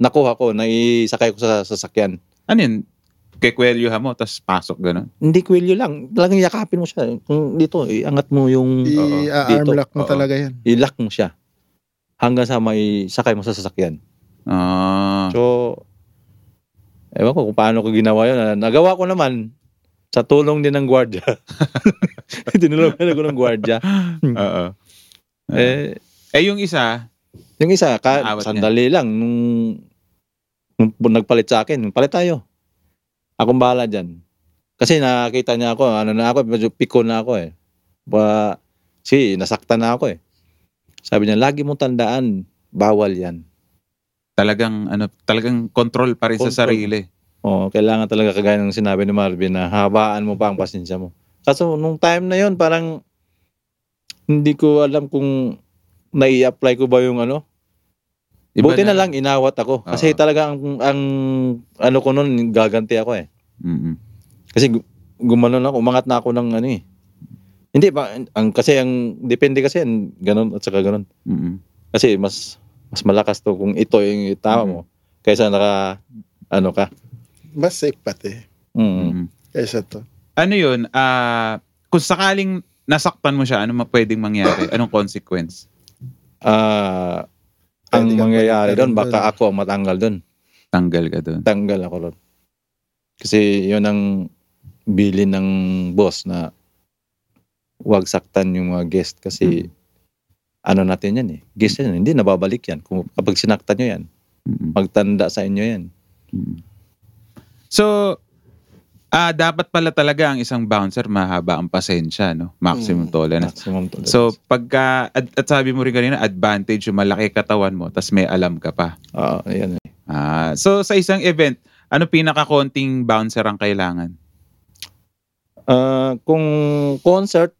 nakuha ko, naisakay ko sa sasakyan. ano yun? Kikwelyuhan mo, tapos pasok gano'n. Hindi kwelyo lang. Talagang yakapin mo siya. Kung dito, iangat mo yung I-arm Dito. lock Oo. mo talaga yan. ilak mo siya. Hanggang sa may sakay mo sa sasakyan. Ah. So, ewan ko kung paano ko ginawa yun. Ah, Nagawa ko naman sa tulong din ng gwardya. Tinulungan ako ng gwardya. Oo. Eh, Eh yung isa, yung isa, ka, Naawat niya. sandali lang. Nung, nung po nagpalit sa akin, palit tayo. Akong bahala dyan. Kasi nakita niya ako, ano na ako, medyo piko na ako eh. Ba, si, nasaktan na ako eh. Sabi niya, lagi mong tandaan, bawal yan. talagang ano, talagang control pa rin sa Control. sarili. Oo, kailangan talaga kagaya ng sinabi ni Marvin na habaan mo pa ang pasensya mo. Kaso nung time na yon parang hindi ko alam kung nai-apply ko ba yung ano. Iba Buti na, lang inawat ako. Kasi Oo. talaga ang, ang ano ko noon, gaganti ako eh. Mm-mm. Kasi gu- gumano na ako, umangat na ako ng ano eh. Hindi pa, ang, kasi ang, depende kasi, ang ganun at saka ganun. Mm-mm. Kasi mas, mas malakas to kung ito yung tama mo. Kaysa naka, ano ka. Mas safe pati Mm. Mm-mm. kaysa to. Ano yun? Ah, kung sakaling nasaktan mo siya, ano ma- pwedeng mangyari? Anong consequence? Ah, ang Pwede kang mangyayari baliktad doon, baka doon. ako ang matanggal doon. Tanggal ka doon. Tanggal ako doon. Kasi yun ang bilin ng boss na huwag saktan yung mga guest Hmm. kasi ano natin yan eh. Guest yan, hindi nababalik yan. Kung, kapag sinaktan nyo yan, Mm-mm. magtanda sa inyo yan. Mm. So, ah dapat pala talaga ang isang bouncer mahaba ang pasensya, no? Maximum Mm. tolerance. Maximum tolerance. So, pagka, at, at sabi mo rin kanina, advantage yung malaki katawan mo, tas may alam ka pa. Oo, yan eh. Ah, so, sa isang event, ano pinaka-konting bouncer ang kailangan? Ah, kung concert,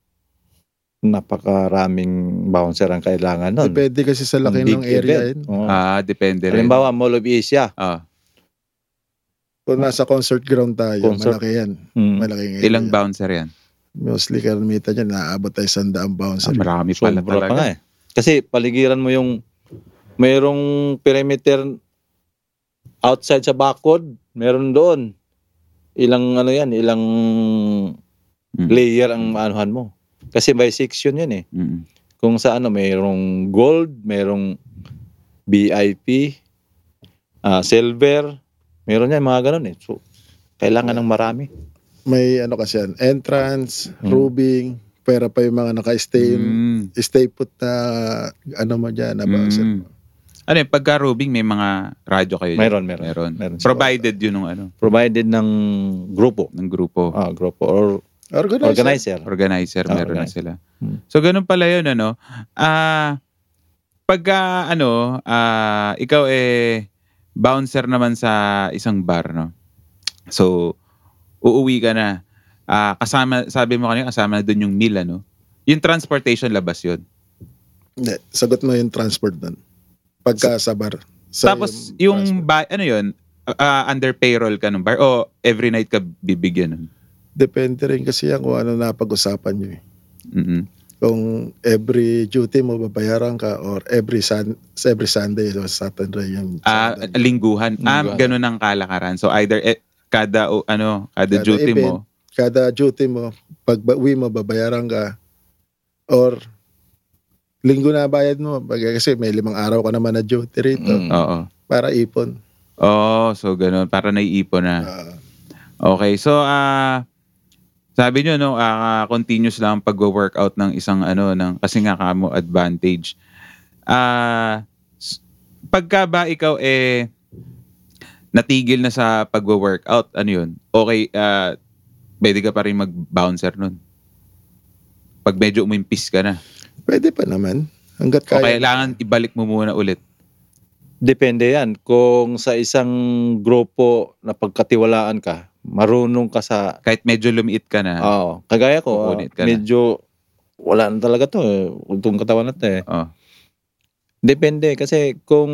napakaraming bouncer ang kailangan nun. Depende kasi sa laki Big ng area yun. event. Oo. Ah, depende rin. Mm. Halimbawa, Mall of Asia. Ah, Kung nasa concert ground tayo, Concert. malaki yan. Mm. Malaking area. ilang bouncer yan? Mostly karamitan yan, naaabot tayo sa daang Ah, bouncer. marami pala Sobra pa talaga. nga eh. Kasi paligiran mo yung mayroong perimeter outside sa bakod, meron doon. Ilang ano yan, ilang Mm. layer ang anuhan mo. Kasi by section yun eh. Mm-mm. Kung sa ano, mayroong gold, mayroong VIP, ah, silver, meron yan, mga ganun eh. So, kailangan ng marami. May ano kasi yan, entrance, Mm. roofing, pera pa yung mga naka-stay, Mm. stay put na ano mo dyan, na bouncer. Mm. Ano yun, pagka Rubing, may mga radyo kayo? dyan? Meron, meron. Meron. meron. Provided yun ng ano, Provided ng grupo. ng grupo. Ah, grupo or Organizer. organizer. organizer Ah, meron na organizer. sila. Hmm. So ganun pala 'yun ano. Ah pagka ano, ah ikaw eh bouncer naman sa isang bar no. So uuwi ka na. Ah kasama sabi mo kanina kasama na doon yung meal ano. Yung transportation labas 'yun. Hindi, sagot mo yung transport nun. Pagka sa bar. Sa Tapos yung, transport. ba- ano yun, Ah, under payroll ka nung bar o every night ka bibigyan nun? Depende rin kasi yan kung ano napag-usapan nyo eh. Mm-mm. Kung every duty mo babayaran ka or every sun, every Sunday or Saturday yung Ah, Sunday. lingguhan. Ah, Lingguhan. ganun ang kalakaran. So either eh, kada o ano, kada, Kada duty event. mo. kada duty mo, pag ba- uwi mo, babayaran ka. Or linggo na bayad mo. Pag, kasi may limang araw ka naman na duty rito Mm. Oo. para ipon. Oh, so ganun para naiipon na. Ah, Okay, so ah sabi nyo no, ah, continuous lang ang pag-workout ng isang ano ng kasi nga kamo advantage. Ah s- pagka ba ikaw eh natigil na sa pag-workout, ano 'yun? Okay, ah pwede ka pa rin mag-bouncer nun. Pag medyo umimpis ka na. pwede pa naman. Hanggat O kaya. kailangan ibalik mo muna ulit. Depende yan. Kung sa isang grupo na pagkatiwalaan ka, marunong ka sa Kahit medyo lumiit ka na. Oo. Kagaya ko, Kukunit Ah. ka ah, na. medyo wala na talaga to. eh. Itong katawan natin eh. Oo. Depende. Kasi kung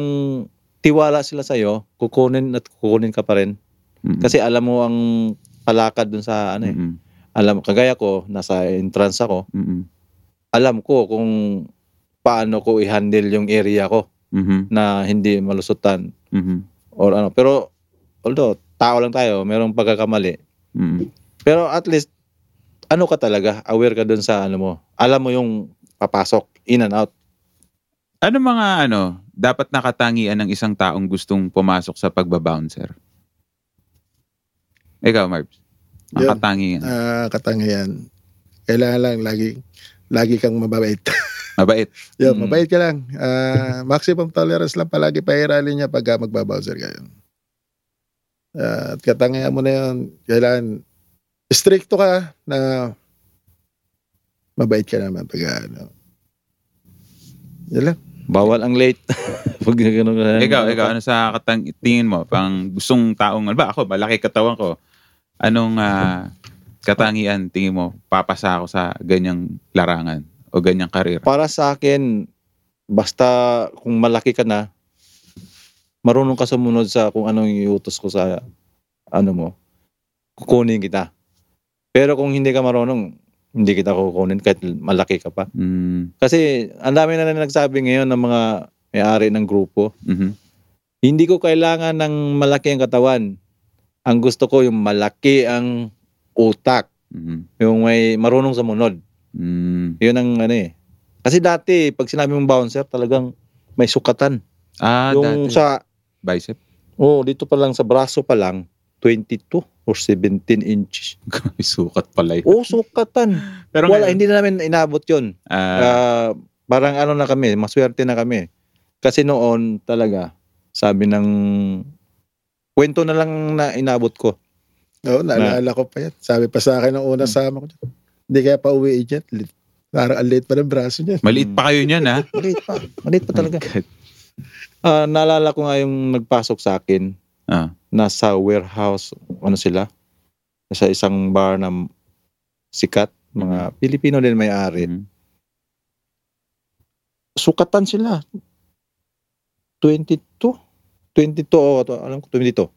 tiwala sila sa'yo, kukunin at kukunin ka pa rin. Mm-mm. Kasi alam mo ang palakad dun sa ano eh. Mm-mm. Alam, kagaya ko, nasa entrance ako, Mm-mm. alam ko kung paano ko i-handle yung area ko Mhm. na hindi malusutan Mhm. or ano. Pero, although, tao lang tayo, merong pagkakamali. Mm-mm. Pero at least, ano ka talaga, aware ka dun sa ano mo. Alam mo yung papasok, in and out. Ano mga ano, dapat nakatangian ng isang taong gustong pumasok sa pagbabouncer? Ikaw, Marbs. Ang Yun. katangian. Ah, katangian. Kailangan lang lagi lagi kang mabait. Mabait. Yun, Mm. mabait ka lang. Ah, maximum tolerance lang palagi pairali niya pag magbabawser ka yun. Ah, at katangian mo na yun. Kailangan stricto ka na mabait ka naman pag ano. Yun lang. Bawal ang late. Pag ganun ka. Ikaw, ikaw, ano sa katang tingin mo? Pang gustong taong, ano ba ako, malaki katawan ko. Anong ah, katangian tingin mo papasa ako sa ganyang larangan o ganyang karir? Para sa akin, basta kung malaki ka na, marunong ka sumunod sa kung anong iutos ko sa ano mo. Kukunin kita. Pero kung hindi ka marunong, hindi kita kukunin kahit malaki ka pa. Mm, Kasi ang dami na na nagsabi ngayon ng mga may-ari ng grupo. mhm. Hindi ko kailangan ng malaki ang katawan. Ang gusto ko yung malaki ang utak, mhm, yung may marunong sumunod. mm. 'Yun ang ano eh. Kasi dati pag sinabi mong bouncer, talagang may sukatan. Ah, yung dati. sa Bicep. oh, dito pa lang sa braso pa lang 22 or 17 inches. May sukat pala yun. Oh, sukatan. Pero Wala, ngayon, hindi na namin inabot 'yon. ah, Ah, parang ano na kami, maswerte na kami. Kasi noon talaga, sabi ng kwento na lang na inabot ko. Oo, naalala ko pa yan. Sabi pa sa akin ng una Mm. sama ko dyan. Hindi kaya pa uwi dyan. Lit- Parang ang late pa ng braso niyan. maliit pa kayo niyan, ah. ha? Maliit pa, maliit pa talaga. God. Ah, naalala ko nga yung nagpasok sa akin, Ah. nasa warehouse, ano sila, nasa isang bar na sikat, mga Pilipino din may-ari. Mhm. Sukatan sila. 22? 22 o oh, alam ko 22.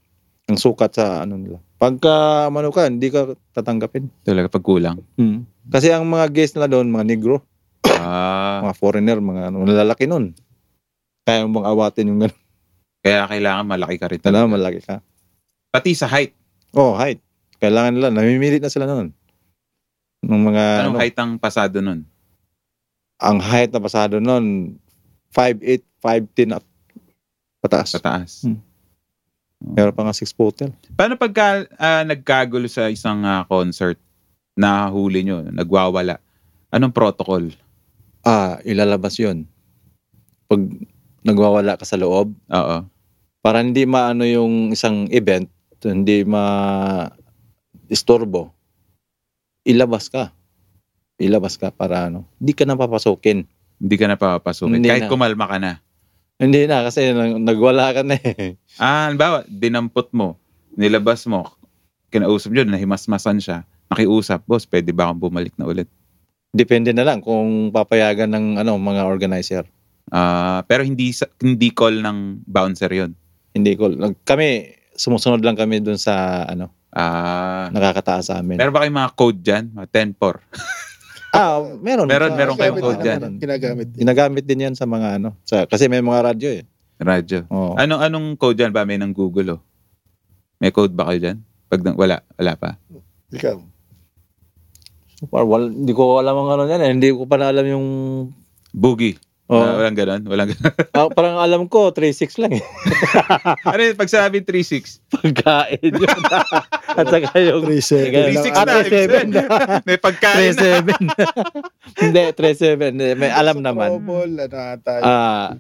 Ang sukat sa ano nila. Pagka ano ka, hindi ka tatanggapin. Talaga pagkulang. Kasi ang mga guest nila doon, mga negro, Ah. mga foreigner, mga ano, lalaki noon. Kaya mo bang awatin yung gano'n? Kaya kailangan malaki ka rin Alam, talaga. malaki ka. Pati sa height. Oh, height. Kailangan nila. Namimilit na sila noon. Nung mga, Anong ano, height ang pasado nun? ang height na pasado noon, 5'8", 5'10 at pataas. Pataas. Hmm. Meron pa nga 6 footer. Paano pagka ah, nagkagulo sa isang ah, concert, nahuli nyo, nagwawala, anong protocol? Ah, ilalabas yon Pag nagwawala ka sa loob, Oo. para hindi maano yung isang event, hindi ma istorbo, ilabas ka. Ilabas ka para ano, hindi ka na papasukin. Hindi ka na papasukin. Hindi Kahit na. kumalma ka na. Hindi na kasi nag- nagwala ka na eh. Ah, halimbawa, dinampot mo, nilabas mo, kinausap nyo, nahimasmasan siya, nakiusap, boss, pwede ba akong bumalik na ulit? Depende na lang kung papayagan ng ano mga organizer. Ah, pero hindi sa- hindi call ng bouncer 'yon. Hindi ko nag- kami sumusunod lang kami dun sa ano Ah, nakakataas sa amin. meron ba kayong mga code diyan? Mga 10-4. ah, meron. Meron, Sa- meron kayong Ginagamit code din dyan. naman, Ginagamit din. Ginagamit din 'yan sa mga ano, sa kasi may mga radyo eh. Radyo. Oo. Anong anong code diyan ba may ng Google oh? May code ba kayo diyan? Pag nang- wala, wala pa. Ikaw. So far, wal, hindi ko alam ang ano yan. eh. Hindi ko pa na alam yung... Boogie. Oh, Ah, walang ganun, walang ganun. ah, parang alam ko, 3-6 lang eh. ano yun, pag sabi 36? Pagkain yun. At saka yung... 3-7. Ganun. Three, six Ah, na, ibig 3-7. May pagkain na. 3-7. Hindi, 3-7. Hindi, May alam naman. Trouble, ano tayo. Ah...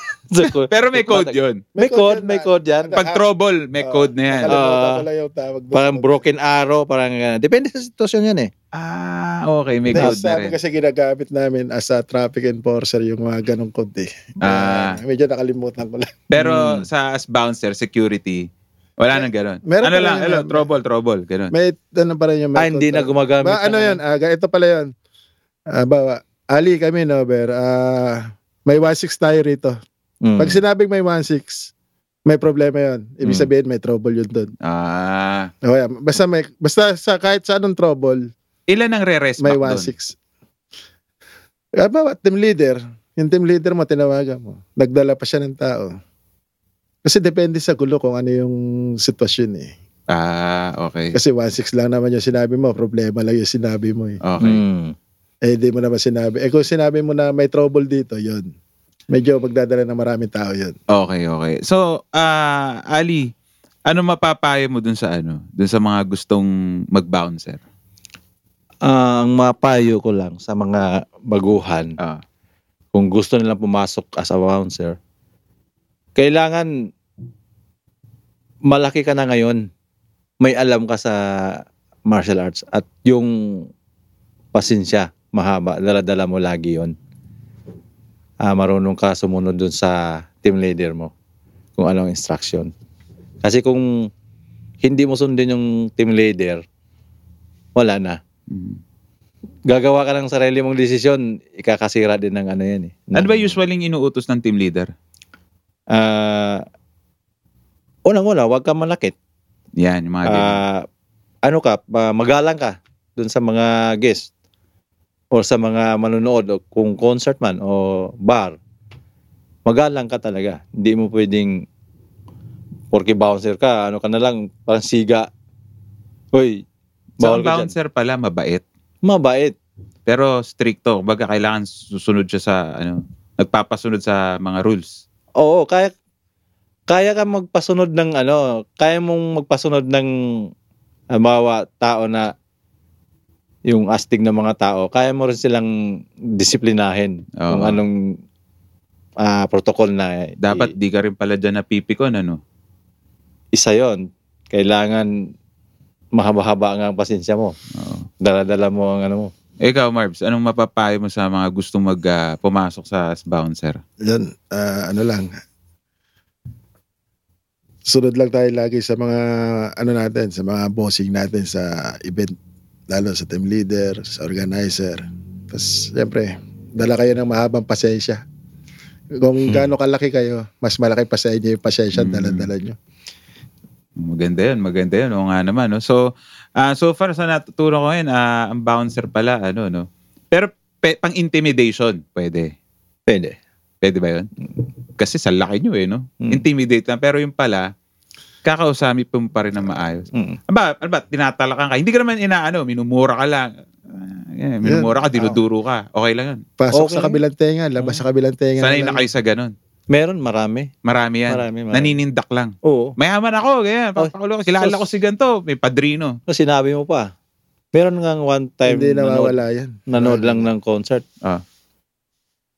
so, ko- Pero may code yun. May code, ah. may code yan. Pag trouble, may code na yan. Ah. Nakalimutan ko lang yung tawag doon. Parang broken arrow, parang ganun. Depende sa sitwasyon yan eh. Ah, okay, may Hindi, code na sa amin rin. kasi ginagamit namin as a traffic enforcer yung mga ganong code eh. Ah. Ah. medyo nakalimutan ko lang. Pero sa as bouncer, security, wala nang ganun. Meron ano pa lang, rin hello, yun. trouble, trouble, ganun. May ano pa rin yung may Ah, hindi na code gumagamit. Ba, ano ng- yun? Ah, ga- ito pala yun. Ah, bawa, Ali kami, no, Ber? Ah, may 1-6 tayo rito. Mm. Hmm. Pag sinabing may 1-6, may problema yun. Ibig Mm. sabihin, may trouble yun doon. Ah, Okay, basta, may, basta sa, kahit sa anong trouble, ilan ang re-rest may back doon? 1-6. Ah, bawa, team leader. Yung team leader mo, tinawagan mo. Nagdala pa siya ng tao. Kasi depende sa gulo kung ano yung sitwasyon eh. Ah, okay. Kasi 1-6 lang naman yung sinabi mo, problema lang yung sinabi mo eh. Okay. Mm. Eh, di mo naman sinabi. Eh, kung sinabi mo na may trouble dito, yun. Medyo magdadala ng maraming tao yun. Okay, okay. So, ah, Ali, ano mapapayo mo dun sa ano? Dun sa mga gustong mag-bouncer? Ah, ang mapayo ko lang sa mga baguhan, Ah. kung gusto nilang pumasok as a bouncer, kailangan malaki ka na ngayon. May alam ka sa martial arts at yung pasensya, mahaba, daladala mo lagi yon. Ah, marunong ka sumunod dun sa team leader mo kung anong instruction. Kasi kung hindi mo sundin yung team leader, wala na. Mm. Mm-hmm. Gagawa ka ng sarili mong desisyon, ikakasira din ng ano yan eh. Ano ba Ng- usually yung inuutos ng team leader? Ah, unang-una, huwag kang malakit. Yan, yung mga ganyan. Ah, ano ka, pa- magalang ka dun sa mga guest or sa mga manonood o kung concert man o bar. Magalang ka talaga. Hindi mo pwedeng porke bouncer ka, ano ka na lang, parang siga. Hoy, So, ang bawal ka dyan. bouncer pala, mabait. Mabait. Pero stricto. Kumbaga, kailangan susunod siya sa, ano, nagpapasunod sa mga rules. Oo, kaya kaya ka magpasunod ng ano, kaya mong magpasunod ng ah, mga tao na yung astig ng mga tao, kaya mo rin silang disiplinahin Oo. kung anong ah, protocol na Dapat i- di ka rin pala dyan napipikon, ano? isa yon Kailangan mahaba-haba nga ang pasensya mo. Oo. Daladala mo ang ano mo. Ikaw, Marbs, anong mapapayo mo sa mga gustong mag, ah, pumasok sa as bouncer? Yun, ah, ano lang. Sunod lang tayo lagi sa mga, ano natin, sa mga bossing natin sa event. Lalo sa team leader, sa organizer. Tapos, siyempre, dala kayo ng mahabang pasensya. Kung Hmm. gaano kalaki kayo, mas malaki pa sa inyo yung pasensya Hmm. dala-dala nyo. Maganda yun, maganda yun. Oo nga naman, no? So, ah, so far sa natutunan ko ngayon, ah, ang bouncer pala, ano, no? Pero pe- pang intimidation, pwede. Pwede. Pwede ba yun? Kasi sa laki nyo, eh, no? Mm. Intimidate na. Pero yung pala, kakausami po pa rin na maayos. Mm. Ano ba, ano ba, tinatalakan ka? Hindi ka naman inaano, minumura ka lang. Ah, yeah, minumura ka, dinuduro ka. Okay lang yun. Pasok Okay. sa kabilang tenga, labas sa kabilang tenga. Sanay lang. na kayo sa ganun. Meron, marami. Marami yan. Marami, marami. Naninindak lang. Oo. Mayaman ako, ganyan. Oh, Papakulo ko. Kilala sus. ko si ganito. May padrino. Tapos Sinabi mo pa. Meron nga one time Hindi nanood nawawala yan. nanood lang ng concert. Ah.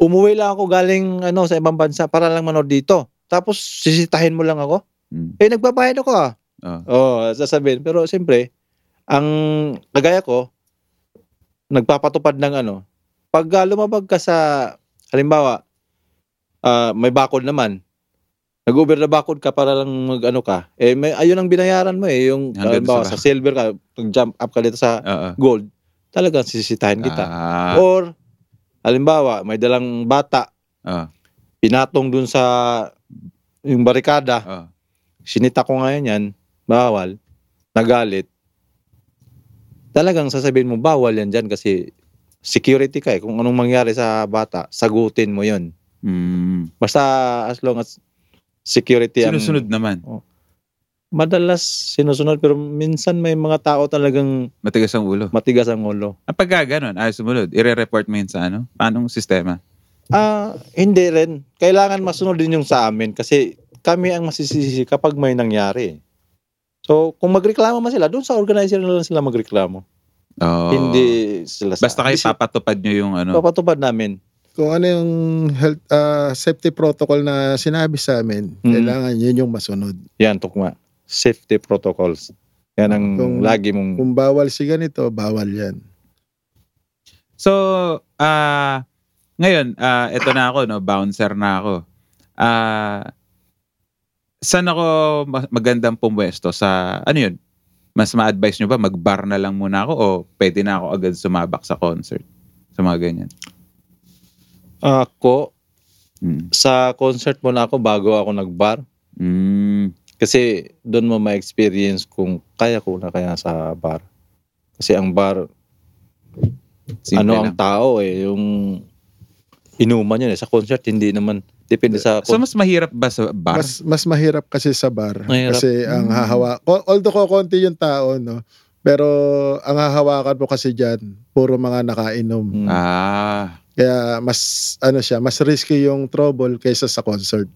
Umuwi lang ako galing ano sa ibang bansa para lang manood dito. Tapos sisitahin mo lang ako. Mm. Eh nagbabayad ako ah. Ah. Oh, sasabihin. Pero siyempre, ang kagaya ko nagpapatupad ng ano. Pag ah, lumabag ka sa halimbawa ah, may bakod naman. Nag-over na bakod ka para lang mag ano ka. Eh may ayun ang binayaran mo eh yung Hanggang halimbawa sa- sa silver ka, pag jump up ka dito sa Oo. gold, talagang sisitahin kita. Ah, Or, halimbawa, may dalang bata, Ah. pinatong dun sa yung barikada, ah. sinita ko ngayon yan, bawal, nagalit, talagang sasabihin mo, bawal yan dyan kasi security ka eh. Kung anong mangyari sa bata, sagutin mo yon Mm. Basta as long as security ang... Sinusunod naman. Madalas sinusunod pero minsan may mga tao talagang Matigas ang ulo. matigas ang ulo. Ang pagka ganun, ayaw sumunod, ire-report mo yun sa ano? Paanong sistema? Ah, hindi rin. Kailangan masunod din yung sa amin kasi kami ang masisisi kapag may nangyari. So, kung magreklamo man sila, doon sa organizer na lang sila magreklamo. Oh. Hindi sila sa... Basta kayo Hindi sila- papatupad nyo yung ano. papatupad namin. Kung ano yung health, ah, safety protocol na sinabi sa amin, Hmm. Mm. kailangan yun yung masunod. Yan, tukma. Safety protocols. Yan ang Kung- lagi mong... Kung bawal si ganito, bawal yan. So, ah ngayon, ah eto na ako, no? bouncer na ako. Ah saan ako ma- magandang pumwesto? Sa, ano yun? Mas ma-advise nyo ba, mag-bar na lang muna ako o pwede na ako agad sumabak sa concert? Sa mga ganyan. Ako, Mm. sa concert mo na ako bago ako nag-bar, Mm. Kasi doon mo ma-experience kung kaya ko na kaya sa bar. Kasi ang bar, Simple ano ang lang. tao eh, yung inuman yun eh. Sa concert, hindi naman. Depende sa So, concert. mas mahirap ba sa bar? Mas mas mahirap kasi sa bar Mahirap. kasi ang Mm. hahawa ko although ko konti yung tao no pero ang hahawakan mo kasi diyan puro mga nakainom Mm. ah. kaya mas ano siya mas risky yung trouble kaysa sa concert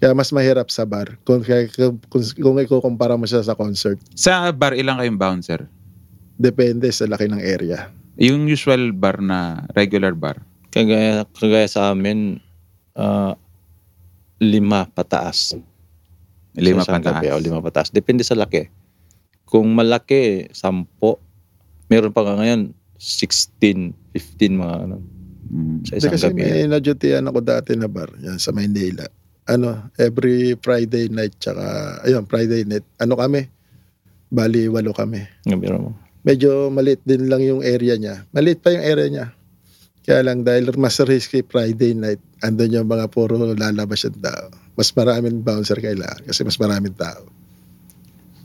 kaya mas mahirap sa bar kung kung, kung, kung ikukumpara mo siya sa concert Sa bar, ilang kayong bouncer? depende sa laki ng area Yung usual bar na regular bar. kagaya, kagaya sa amin, ah, lima pataas. Lima Sa isang pataas. gabi, o lima pataas. Depende sa laki. Kung malaki, sampo. Meron pa nga ngayon, 16, 15 mga ano, Mm. sa Hindi, isang kasi gabi. may nadutyan ako dati na bar yan sa Maynila ano every Friday night tsaka ayun Friday night ano kami bali walo kami Gabi mo. medyo maliit din lang yung area niya. Maliit pa yung area niya. Kaya lang dahil mas risky Friday night, andun yung mga puro lalabas yung tao. Mas maraming bouncer kailangan kasi mas maraming tao.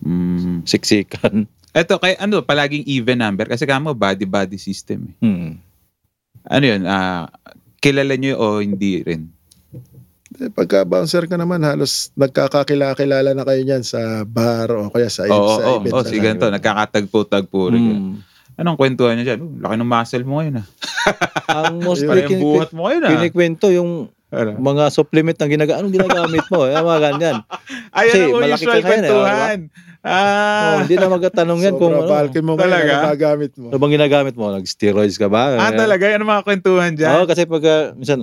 Mm. Siksikan. Eto, kay ano, palaging even number kasi kamo body-body system. eh. Hmm. Ano yun, ah, kilala nyo o hindi rin? Eh, pagka bouncer ka naman, halos nagkakakilala na kayo niyan sa bar o kaya sa, Oo, oo, sa oo, event. oh, na si lang. ganito, nagkakatagpo-tagpo rin. Hmm. Anong kwentuhan nyo dyan? Oh, Laki ng muscle mo ngayon ah. Ang mostly Parang yung kinikwento, buhat mo ngayon ah. kinikwento yung Ano? mga supplement na ginaga, anong ginagamit mo? eh? Yung mga ganyan. Kasi Ayan ang malaki ano ka usual ngayon, eh, kwentuhan. Oh, Ah, hindi na magkatanong yan kung Sobra ano. balkin mo ngayon, Talaga? ano gagamit mo? Ano bang ginagamit mo? Nag-steroids ka ba? ah, talaga, yan ang mga kwentuhan dyan. Oo, kasi pag, ah, minsan,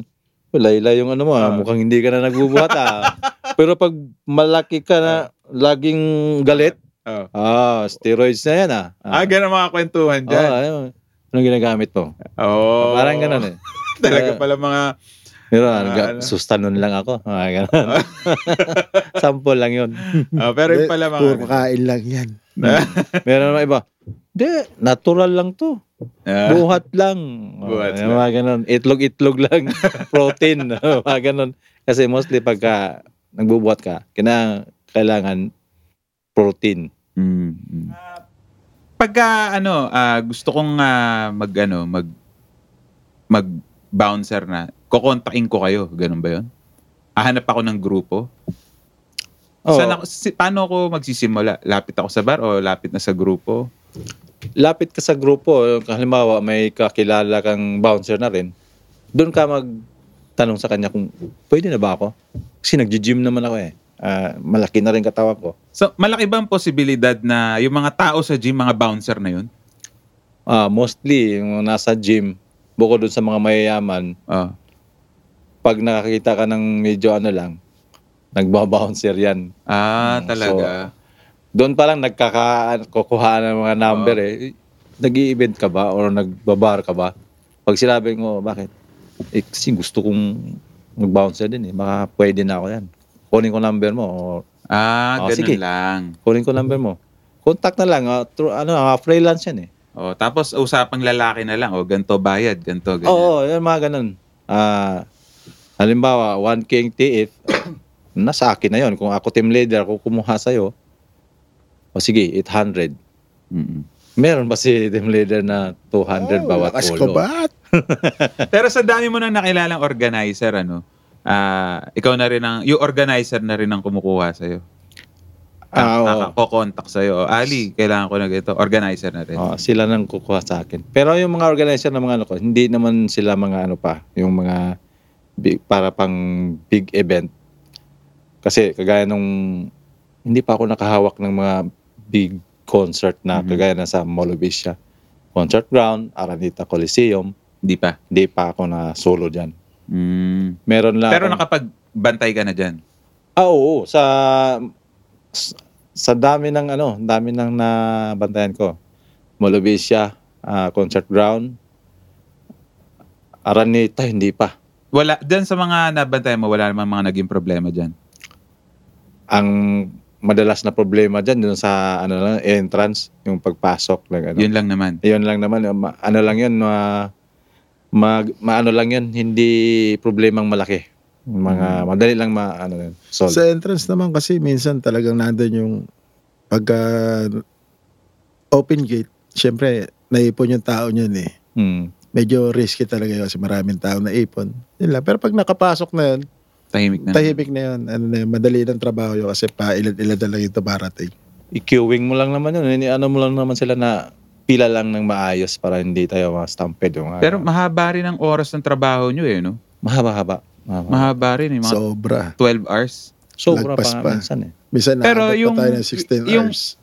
laylay yung ano mo, ah, Ah. mukhang hindi ka na nagbubuhat ah. Pero pag malaki ka na, laging galit, Oh. ah, steroids na yan ah. Ah, ganun ang mga kwentuhan Oo, dyan. Oh. ayun. Anong ginagamit mo? Oo. Oh. Parang ganun eh. Talaga pala mga Pero Ah, uh, ano? sustanon lang ako. Ah, ganun. Sample lang yun. Ah, pero yun pala mga Puro kain lang yan. Meron naman iba. Hindi, natural lang to. Ah, Buhat lang. Buhat Buhat lang. Mga ganun. Itlog-itlog lang. Protein. mga ganun. Kasi mostly pagka nagbubuhat ka, kina, kailangan protein. mm. Pagka ano, ah, gusto kong ah, mag ano, mag mag bouncer na. Kokontakin ko kayo, ganun ba 'yon? Hahanap ako ng grupo. Oo. Saan ako, si, paano ako magsisimula? Lapit ako sa bar o lapit na sa grupo? lapit ka sa grupo, halimbawa may kakilala kang bouncer na rin, doon ka magtanong sa kanya kung pwede na ba ako? Kasi nagji-gym naman ako eh. Ah, malaki na rin katawan ko. So, malaki ba ang posibilidad na yung mga tao sa gym, mga bouncer na yun? Ah, mostly, yung mga nasa gym, bukod doon sa mga mayayaman, Ah. pag nakakita ka ng medyo ano lang, nagbabouncer yan. ah, Mm, talaga. Doon pa lang nagkakakuha ng mga number eh. nag event ka ba or nagbabar ka ba? Pag sinabi mo, bakit? Eh, kasi gusto kong mag-bouncer din eh. Baka pwede na ako yan. Kunin ko number mo or ah, Oh, ganun sige. lang. kunin ko number mo. Contact na lang. ah, through, ano, ah, freelance yan eh. O, Oh, tapos usapang lalaki na lang. O, ganto bayad, ganto, ganyan. Oo, yun, mga ganun. Ah, halimbawa, 1K ang TF, nasa akin na yun. Kung ako team leader, ako kumuha sa'yo, o sige, 800. Mm-mm. Meron ba si team leader na 200 bawat Oh, lakas ko ulo? ba't? Pero sa dami mo na nakilalang organizer, ano, ah, ikaw na rin ang, yung organizer na rin ang kumukuha sa'yo. Ah, oo. Nakakokontak sa'yo. O, Ali, kailangan ko na ganito. Organizer na rin. Oo, sila nang kukuha sa akin. Pero yung mga organizer ng mga ano ko, hindi naman sila mga ano pa, yung mga big, para pang big event. Kasi kagaya nung hindi pa ako nakahawak ng mga big concert na Mhm. kagaya na sa Molovisha Concert Ground, Araneta Coliseum, Hindi pa. hindi pa ako na solo diyan. Mm. Meron lang Pero akong- nakapagbantay ka na dyan. Ah, oo, sa sa dami ng ano, dami ng nabantayan ko. Molovisha, ah, Concert Ground, Araneta, hindi pa. Wala, dyan sa mga nabantay mo, wala namang mga naging problema dyan. Ang madalas na problema dyan, dun sa ano lang, entrance, yung pagpasok. Like, ano. Yun. Yun lang naman. lang naman, yung ma- ano lang yun, ma, mag, maano lang yun, hindi problemang malaki. Mga, madali lang ma, ano yun, solve. Sa entrance naman kasi minsan talagang nandun yung pagka open gate, syempre naipon yung tao niyan eh. Mm. Medyo risky talaga yun kasi maraming tao na ipon. Yun lang. Pero pag nakapasok na yun, Tahimik na. tahimik na yun. Ano na yun, madali ng trabaho yun kasi pailad-ilad na lang yung tumarating. i-queuing mo lang naman yun. Ini- Ano mo lang naman sila na pila lang ng maayos para hindi tayo mga stampede. Yung, Pero mahaba rin ang oras ng trabaho nyo eh, no? mahaba-haba. Mahaba. Mahaba rin eh, mga Sobra. 12 hours. Sobra lagpas pa, pa. minsan eh. Minsan Pero nakabot yung- pa tayo ng 16 yung- hours.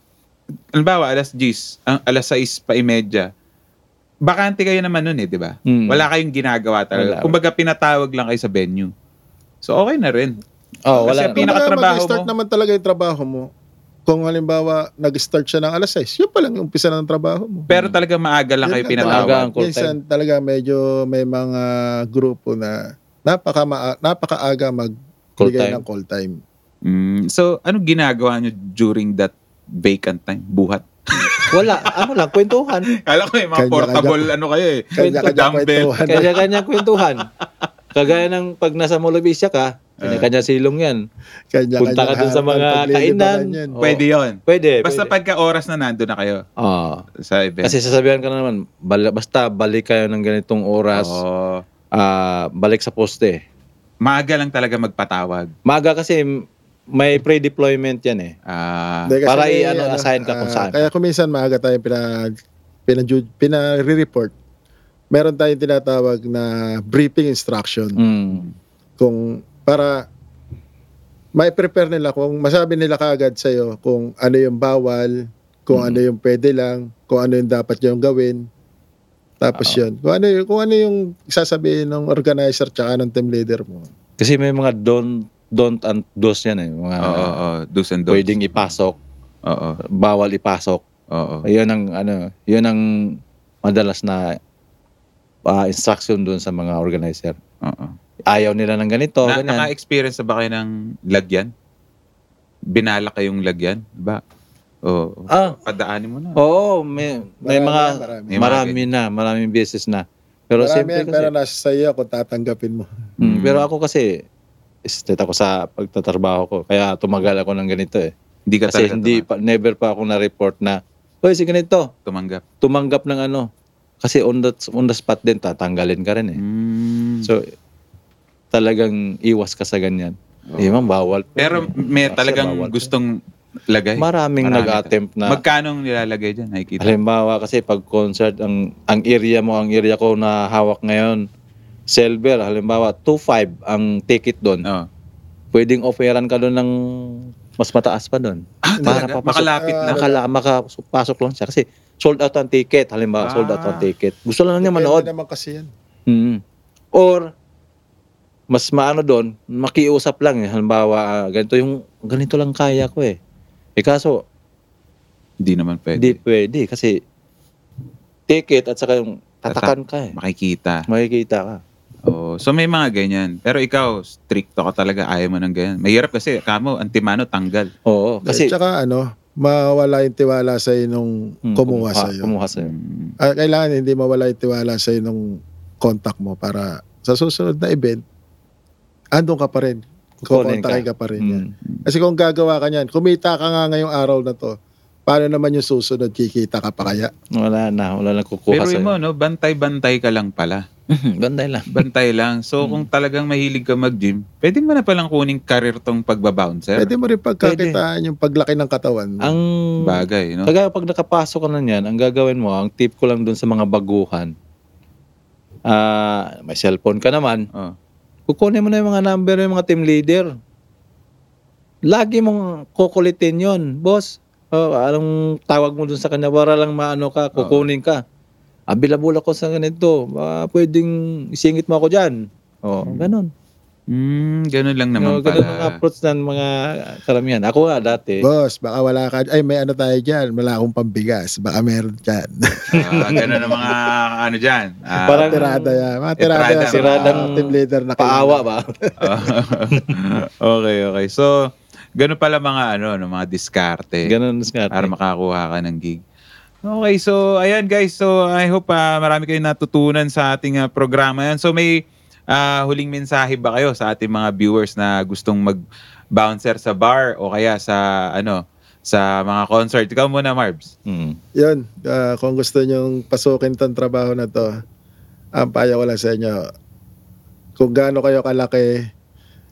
Halimbawa, alas 10, ang alas 6 pa imedya. Bakante kayo naman nun eh, di ba? Mm. Wala kayong ginagawa talaga. Wala. Kumbaga pinatawag lang kayo sa venue. So okay na rin. Oh, Kasi wala. na- pinaka- pinakatrabaho Kumbaga, mag-start mo. naman talaga yung trabaho mo. Kung halimbawa, nag-start siya ng alas 6, yun pa lang yung umpisa ng trabaho mo. Pero talaga maaga lang Yun kayo lang pinatawag. Mm. Maaga ang call Minsan talaga medyo may mga grupo na napaka napakaaga Call magbigay time. ng call time. Mm, so anong ginagawa nyo during that vacant time? Buhat? wala. Ano lang, kwentuhan. Kala ko eh, mga Kanya-kanya- portable ano kayo eh. Kanya-kanya dumbbell. kwentuhan. Kanya-kanya kwentuhan. Kagaya ng pag nasa Molovisya ka, kanya-kanya ah. silong yan. Kanya-kanya Punta ka dun sa harapan, mga paglilibangan kainan. Oh. yan. Oo. Pwede yon. Pwede. Basta pwede. pagka oras na nando na kayo Ah. sa event. Kasi sasabihan ka na naman, bala- basta balik kayo ng ganitong oras, Oo. ah, balik sa poste. maaga lang talaga magpatawag. Maaga kasi may pre-deployment yan eh. Ah, Hindi, kasi Para may, i-ano, assign ka kung ah, saan. Kaya kung minsan maaga tayo pina, pina, pina report meron tayong tinatawag na briefing instruction. Mm. kung para may prepare nila kung masabi nila kaagad sa kung ano yung bawal, kung Mm. ano yung pwede lang, kung ano yung dapat yung gawin. Tapos yun. Kung ano, yung- kung ano yung sasabihin ng organizer tsaka ng team leader mo. Kasi may mga don't don't and dos yan eh. Mga oo, oo, do's and don'ts. pwedeng ipasok, Oo, bawal ipasok. oo. Yun ang ano, yun ang madalas na ah, instruction doon sa mga organizer. oo. Ayaw nila ng ganito, na, ganyan. naka-experience na ba kayo ng lagyan? Binala kayong lagyan? Ba? Oo. Ah, Padaanin mo na. oo, may, may Marami mga na, marami. May mga marami na, maraming beses na. Pero Pero Marami siyempre yan, kasi, pero nasa sa iyo kung tatanggapin mo. Mm, pero ako kasi straight ako sa pagtatrabaho ko. Kaya tumagal ako ng ganito eh. hindi ka Kasi talaga hindi pa, never pa ako na-report na, Hoy, si ganito, tuma- tumanggap. tumanggap ng ano. Kasi on the, on the spot din, tatanggalin ka rin eh. Mm. So, talagang iwas ka sa ganyan. Oo. Eh, ma'am, bawal. po. pero may Kasi talagang bawal. gustong lagay. Maraming Marami nag-attempt na. Magkano ang nilalagay dyan? Nakikita. halimbawa kasi pag concert, ang, ang area mo, ang area ko na hawak ngayon, silver, halimbawa, 2.5 ang ticket doon. Oo. Pwedeng offeran ka doon ng mas mataas pa doon. Ah, Para talaga? papasok- Makalapit na. Ah, Makala, makapasok lang siya. Kasi sold out ang ticket, halimbawa, sold out ang Ah. ticket. Gusto lang niya manood. Depende naman kasi yan. Mm-hmm. Mm. Or mas maano doon, makiusap lang eh. Halimbawa, ah, ganito yung ganito lang kaya ko eh. Eh kaso, Hindi naman pwede. hindi pwede kasi ticket at saka yung tatakan ka eh. Makikita. Makikita ka. Oo. So may mga ganyan. Pero ikaw, stricto ka talaga. Ayaw mo ng ganyan. Mahirap kasi, kamo, antimano, tanggal. Oo, kasi Kasi, tsaka ano, mawala yung tiwala sa nung Hmm, kumuha sa iyo. Kumuha sa'yo. Ah, kailangan hindi mawala yung tiwala sa nung contact mo para sa susunod na event andun ka pa rin. Kukunin ka. Kukontakin ka pa rin yan. Hmm. Kasi kung gagawa ka niyan, kumita ka nga ngayong araw na to, paano naman yung susunod, kikita ka pa kaya? Mm. Wala na, wala na kukuha Pero sa'yo. mo, no, bantay-bantay ka lang pala. Banday lang. Bantay lang. Mm. So, kung talagang mahilig ka mag-gym, pwede mo na palang kuning karir tong pagbabouncer. Pwede mo rin pagkakitaan yung paglaki ng katawan mo. Ang Bagay, no? Kagaya pag nakapasok ka na niyan, ang gagawin mo, ang tip ko lang dun sa mga baguhan, ah may cellphone ka naman, Oh. kukunin mo na yung mga number ng mga team leader. Lagi mong kukulitin yon boss. Oh, anong tawag mo dun sa kanya para lang maano ka, Oh. kukunin ka. Available ako sa ganito. Ah, pwedeng isingit mo ako dyan. Oh, ganun. Mm, ganun lang Naman naman Oh, ganun ang pala. approach ng mga karamihan. Ako nga dati. Boss, baka wala ka, ay may ano tayo dyan, wala akong pambigas, baka meron dyan. Ah, ganun ang mga ano dyan. Ah, Parang- tirada yan, mga Eh, tirada, tirada yan, tiradang mga team leader na Paawa ba? okay, okay. So, ganun pala mga ano, no, mga diskarte. ganun nga. para makakuha ka ng gig. Okay, so ayan guys. So I hope ah, marami kayong natutunan sa ating ah, programa yan. So may ah, huling mensahe ba kayo sa ating mga viewers na gustong mag-bouncer sa bar o kaya sa ano sa mga concert. Ikaw muna, Marbs. Mm. Yun, ah, kung gusto nyong pasukin tong trabaho na to, ang payo ko lang sa inyo, kung gaano kayo kalaki,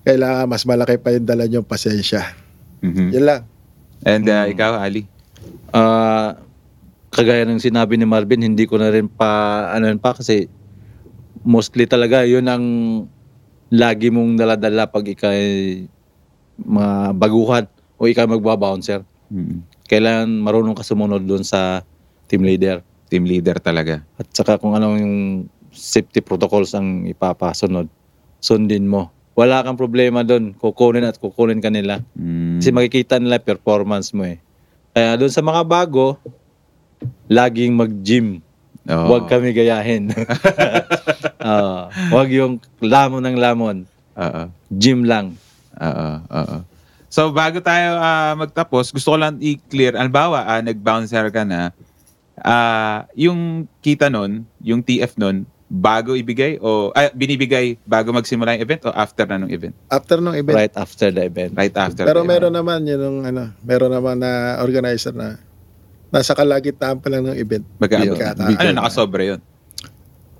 kailangan mas malaki pa yung dala nyong pasensya. Hmm. Mm-hmm. Yun lang. And ah, Mm. ikaw, Ali. Ah, kagaya ng sinabi ni Marvin, hindi ko na rin pa ano yun pa kasi mostly talaga 'yun ang lagi mong daladala pag ikay mabaguhan o ikaw magbabouncer. Mm-hmm. Kailangan marunong ka sumunod doon sa team leader Team leader talaga. at saka kung ano yung safety protocols ang ipapasunod. Sundin mo. Wala kang problema doon. Kukunin at kukunin kanila. Mm. Kasi makikita nila performance mo eh. Kaya doon sa mga bago, laging mag-gym. Oo. Huwag kami gayahin. Ah, huwag yung lamon ng lamon. Oo. Gym lang. Oo, oo. So bago tayo ah, magtapos, gusto ko lang i-clear. Albawa, ah, nag-bouncer ka na. Ah, yung kita nun, yung TF nun, bago ibigay o ah, binibigay bago magsimula yung event o after na nung event? After nung event, Right after the event. Right after. the Pero meron event. naman yun yung ano, meron naman na organizer na nasa kalagitnaan pa lang ng event. Magkaabot Bigay. na. Ano, nakasobra yun.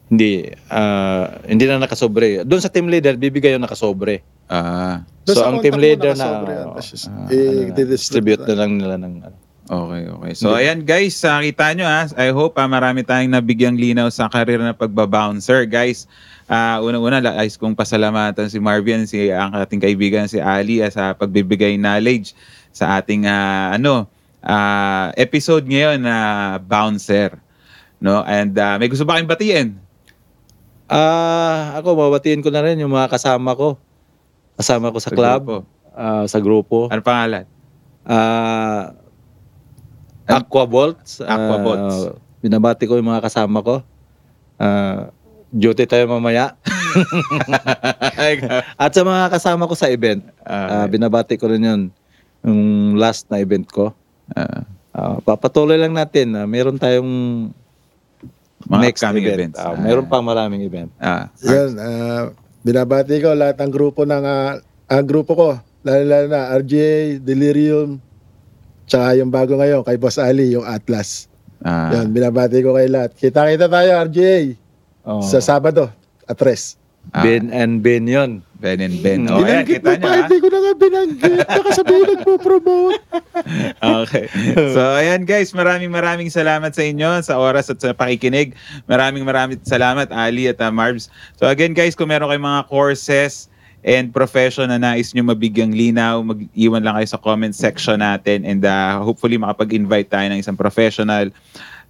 Hindi, ah, hindi na nakasobre. Doon sa team leader, bibigay yung nakasobre. Ah, So, sa ang contact team mo leader na, nakasobre yan, oh, tapos is- ah, ano na, i-distribute distribute Eh, na. na lang nila ng ano. okay, okay. So Hindi. ayan guys, ah, kita nyo ha. I hope ah, marami tayong nabigyang linaw sa karir na pagbabouncer. Guys, Ah, unang-una, lais kong pasalamatan si Marvin, si ang ating kaibigan si Ali ah, sa pagbibigay knowledge sa ating ah, ano ah, episode ngayon na bouncer. No? And ah, may gusto ba kayong batiin? Ah, ako, babatiin ko na rin yung mga kasama ko. Kasama ko sa, club, grupo. ah, sa grupo. Ano pangalan? Ah, Ano? Aquabolts. Aquabolts. Ah, binabati ko yung mga kasama ko. Ah, duty tayo mamaya. At sa mga kasama ko sa event, ah, Ah, binabati ko rin yun. Yung last na event ko. ah, Ah, papatuloy lang natin. na meron tayong mga next upcoming event. events. Ah, Ah, meron pang maraming event. ah, Yun, ah, binabati ko lahat ng grupo ng ah, ang grupo ko, lalo lalo na RJ, Delirium, tsaka yung bago ngayon kay Boss Ali, yung Atlas. ah. Yun, binabati ko kay lahat. Kita-kita tayo RJ Oh, sa Sabado at Res. Ah. Ben and Ben yun. Ben and Ben. Mm. Oh, ayan, binanggit kita mo nyo pa, ah. hindi ko na nga binanggit. Baka sabihin nagpo-promote. Okay. So, ayan guys, maraming maraming salamat sa inyo sa oras at sa pakikinig. Maraming maraming salamat, Ali at uh, Marbs. So, again guys, kung meron kayong mga courses and profession na nais nyo mabigyang linaw, mag-iwan lang kayo sa comment section natin and uh, hopefully makapag-invite tayo ng isang professional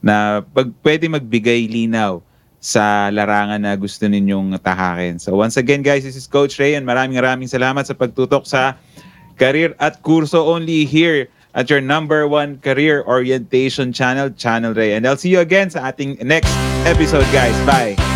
na pag pwede magbigay linaw sa larangan na gusto ninyong tahakin. So once again guys, this is Coach Ray and maraming maraming salamat sa pagtutok sa Career at Kurso only here at your number one career orientation channel, Channel Ray. And I'll see you again sa ating next episode guys. Bye!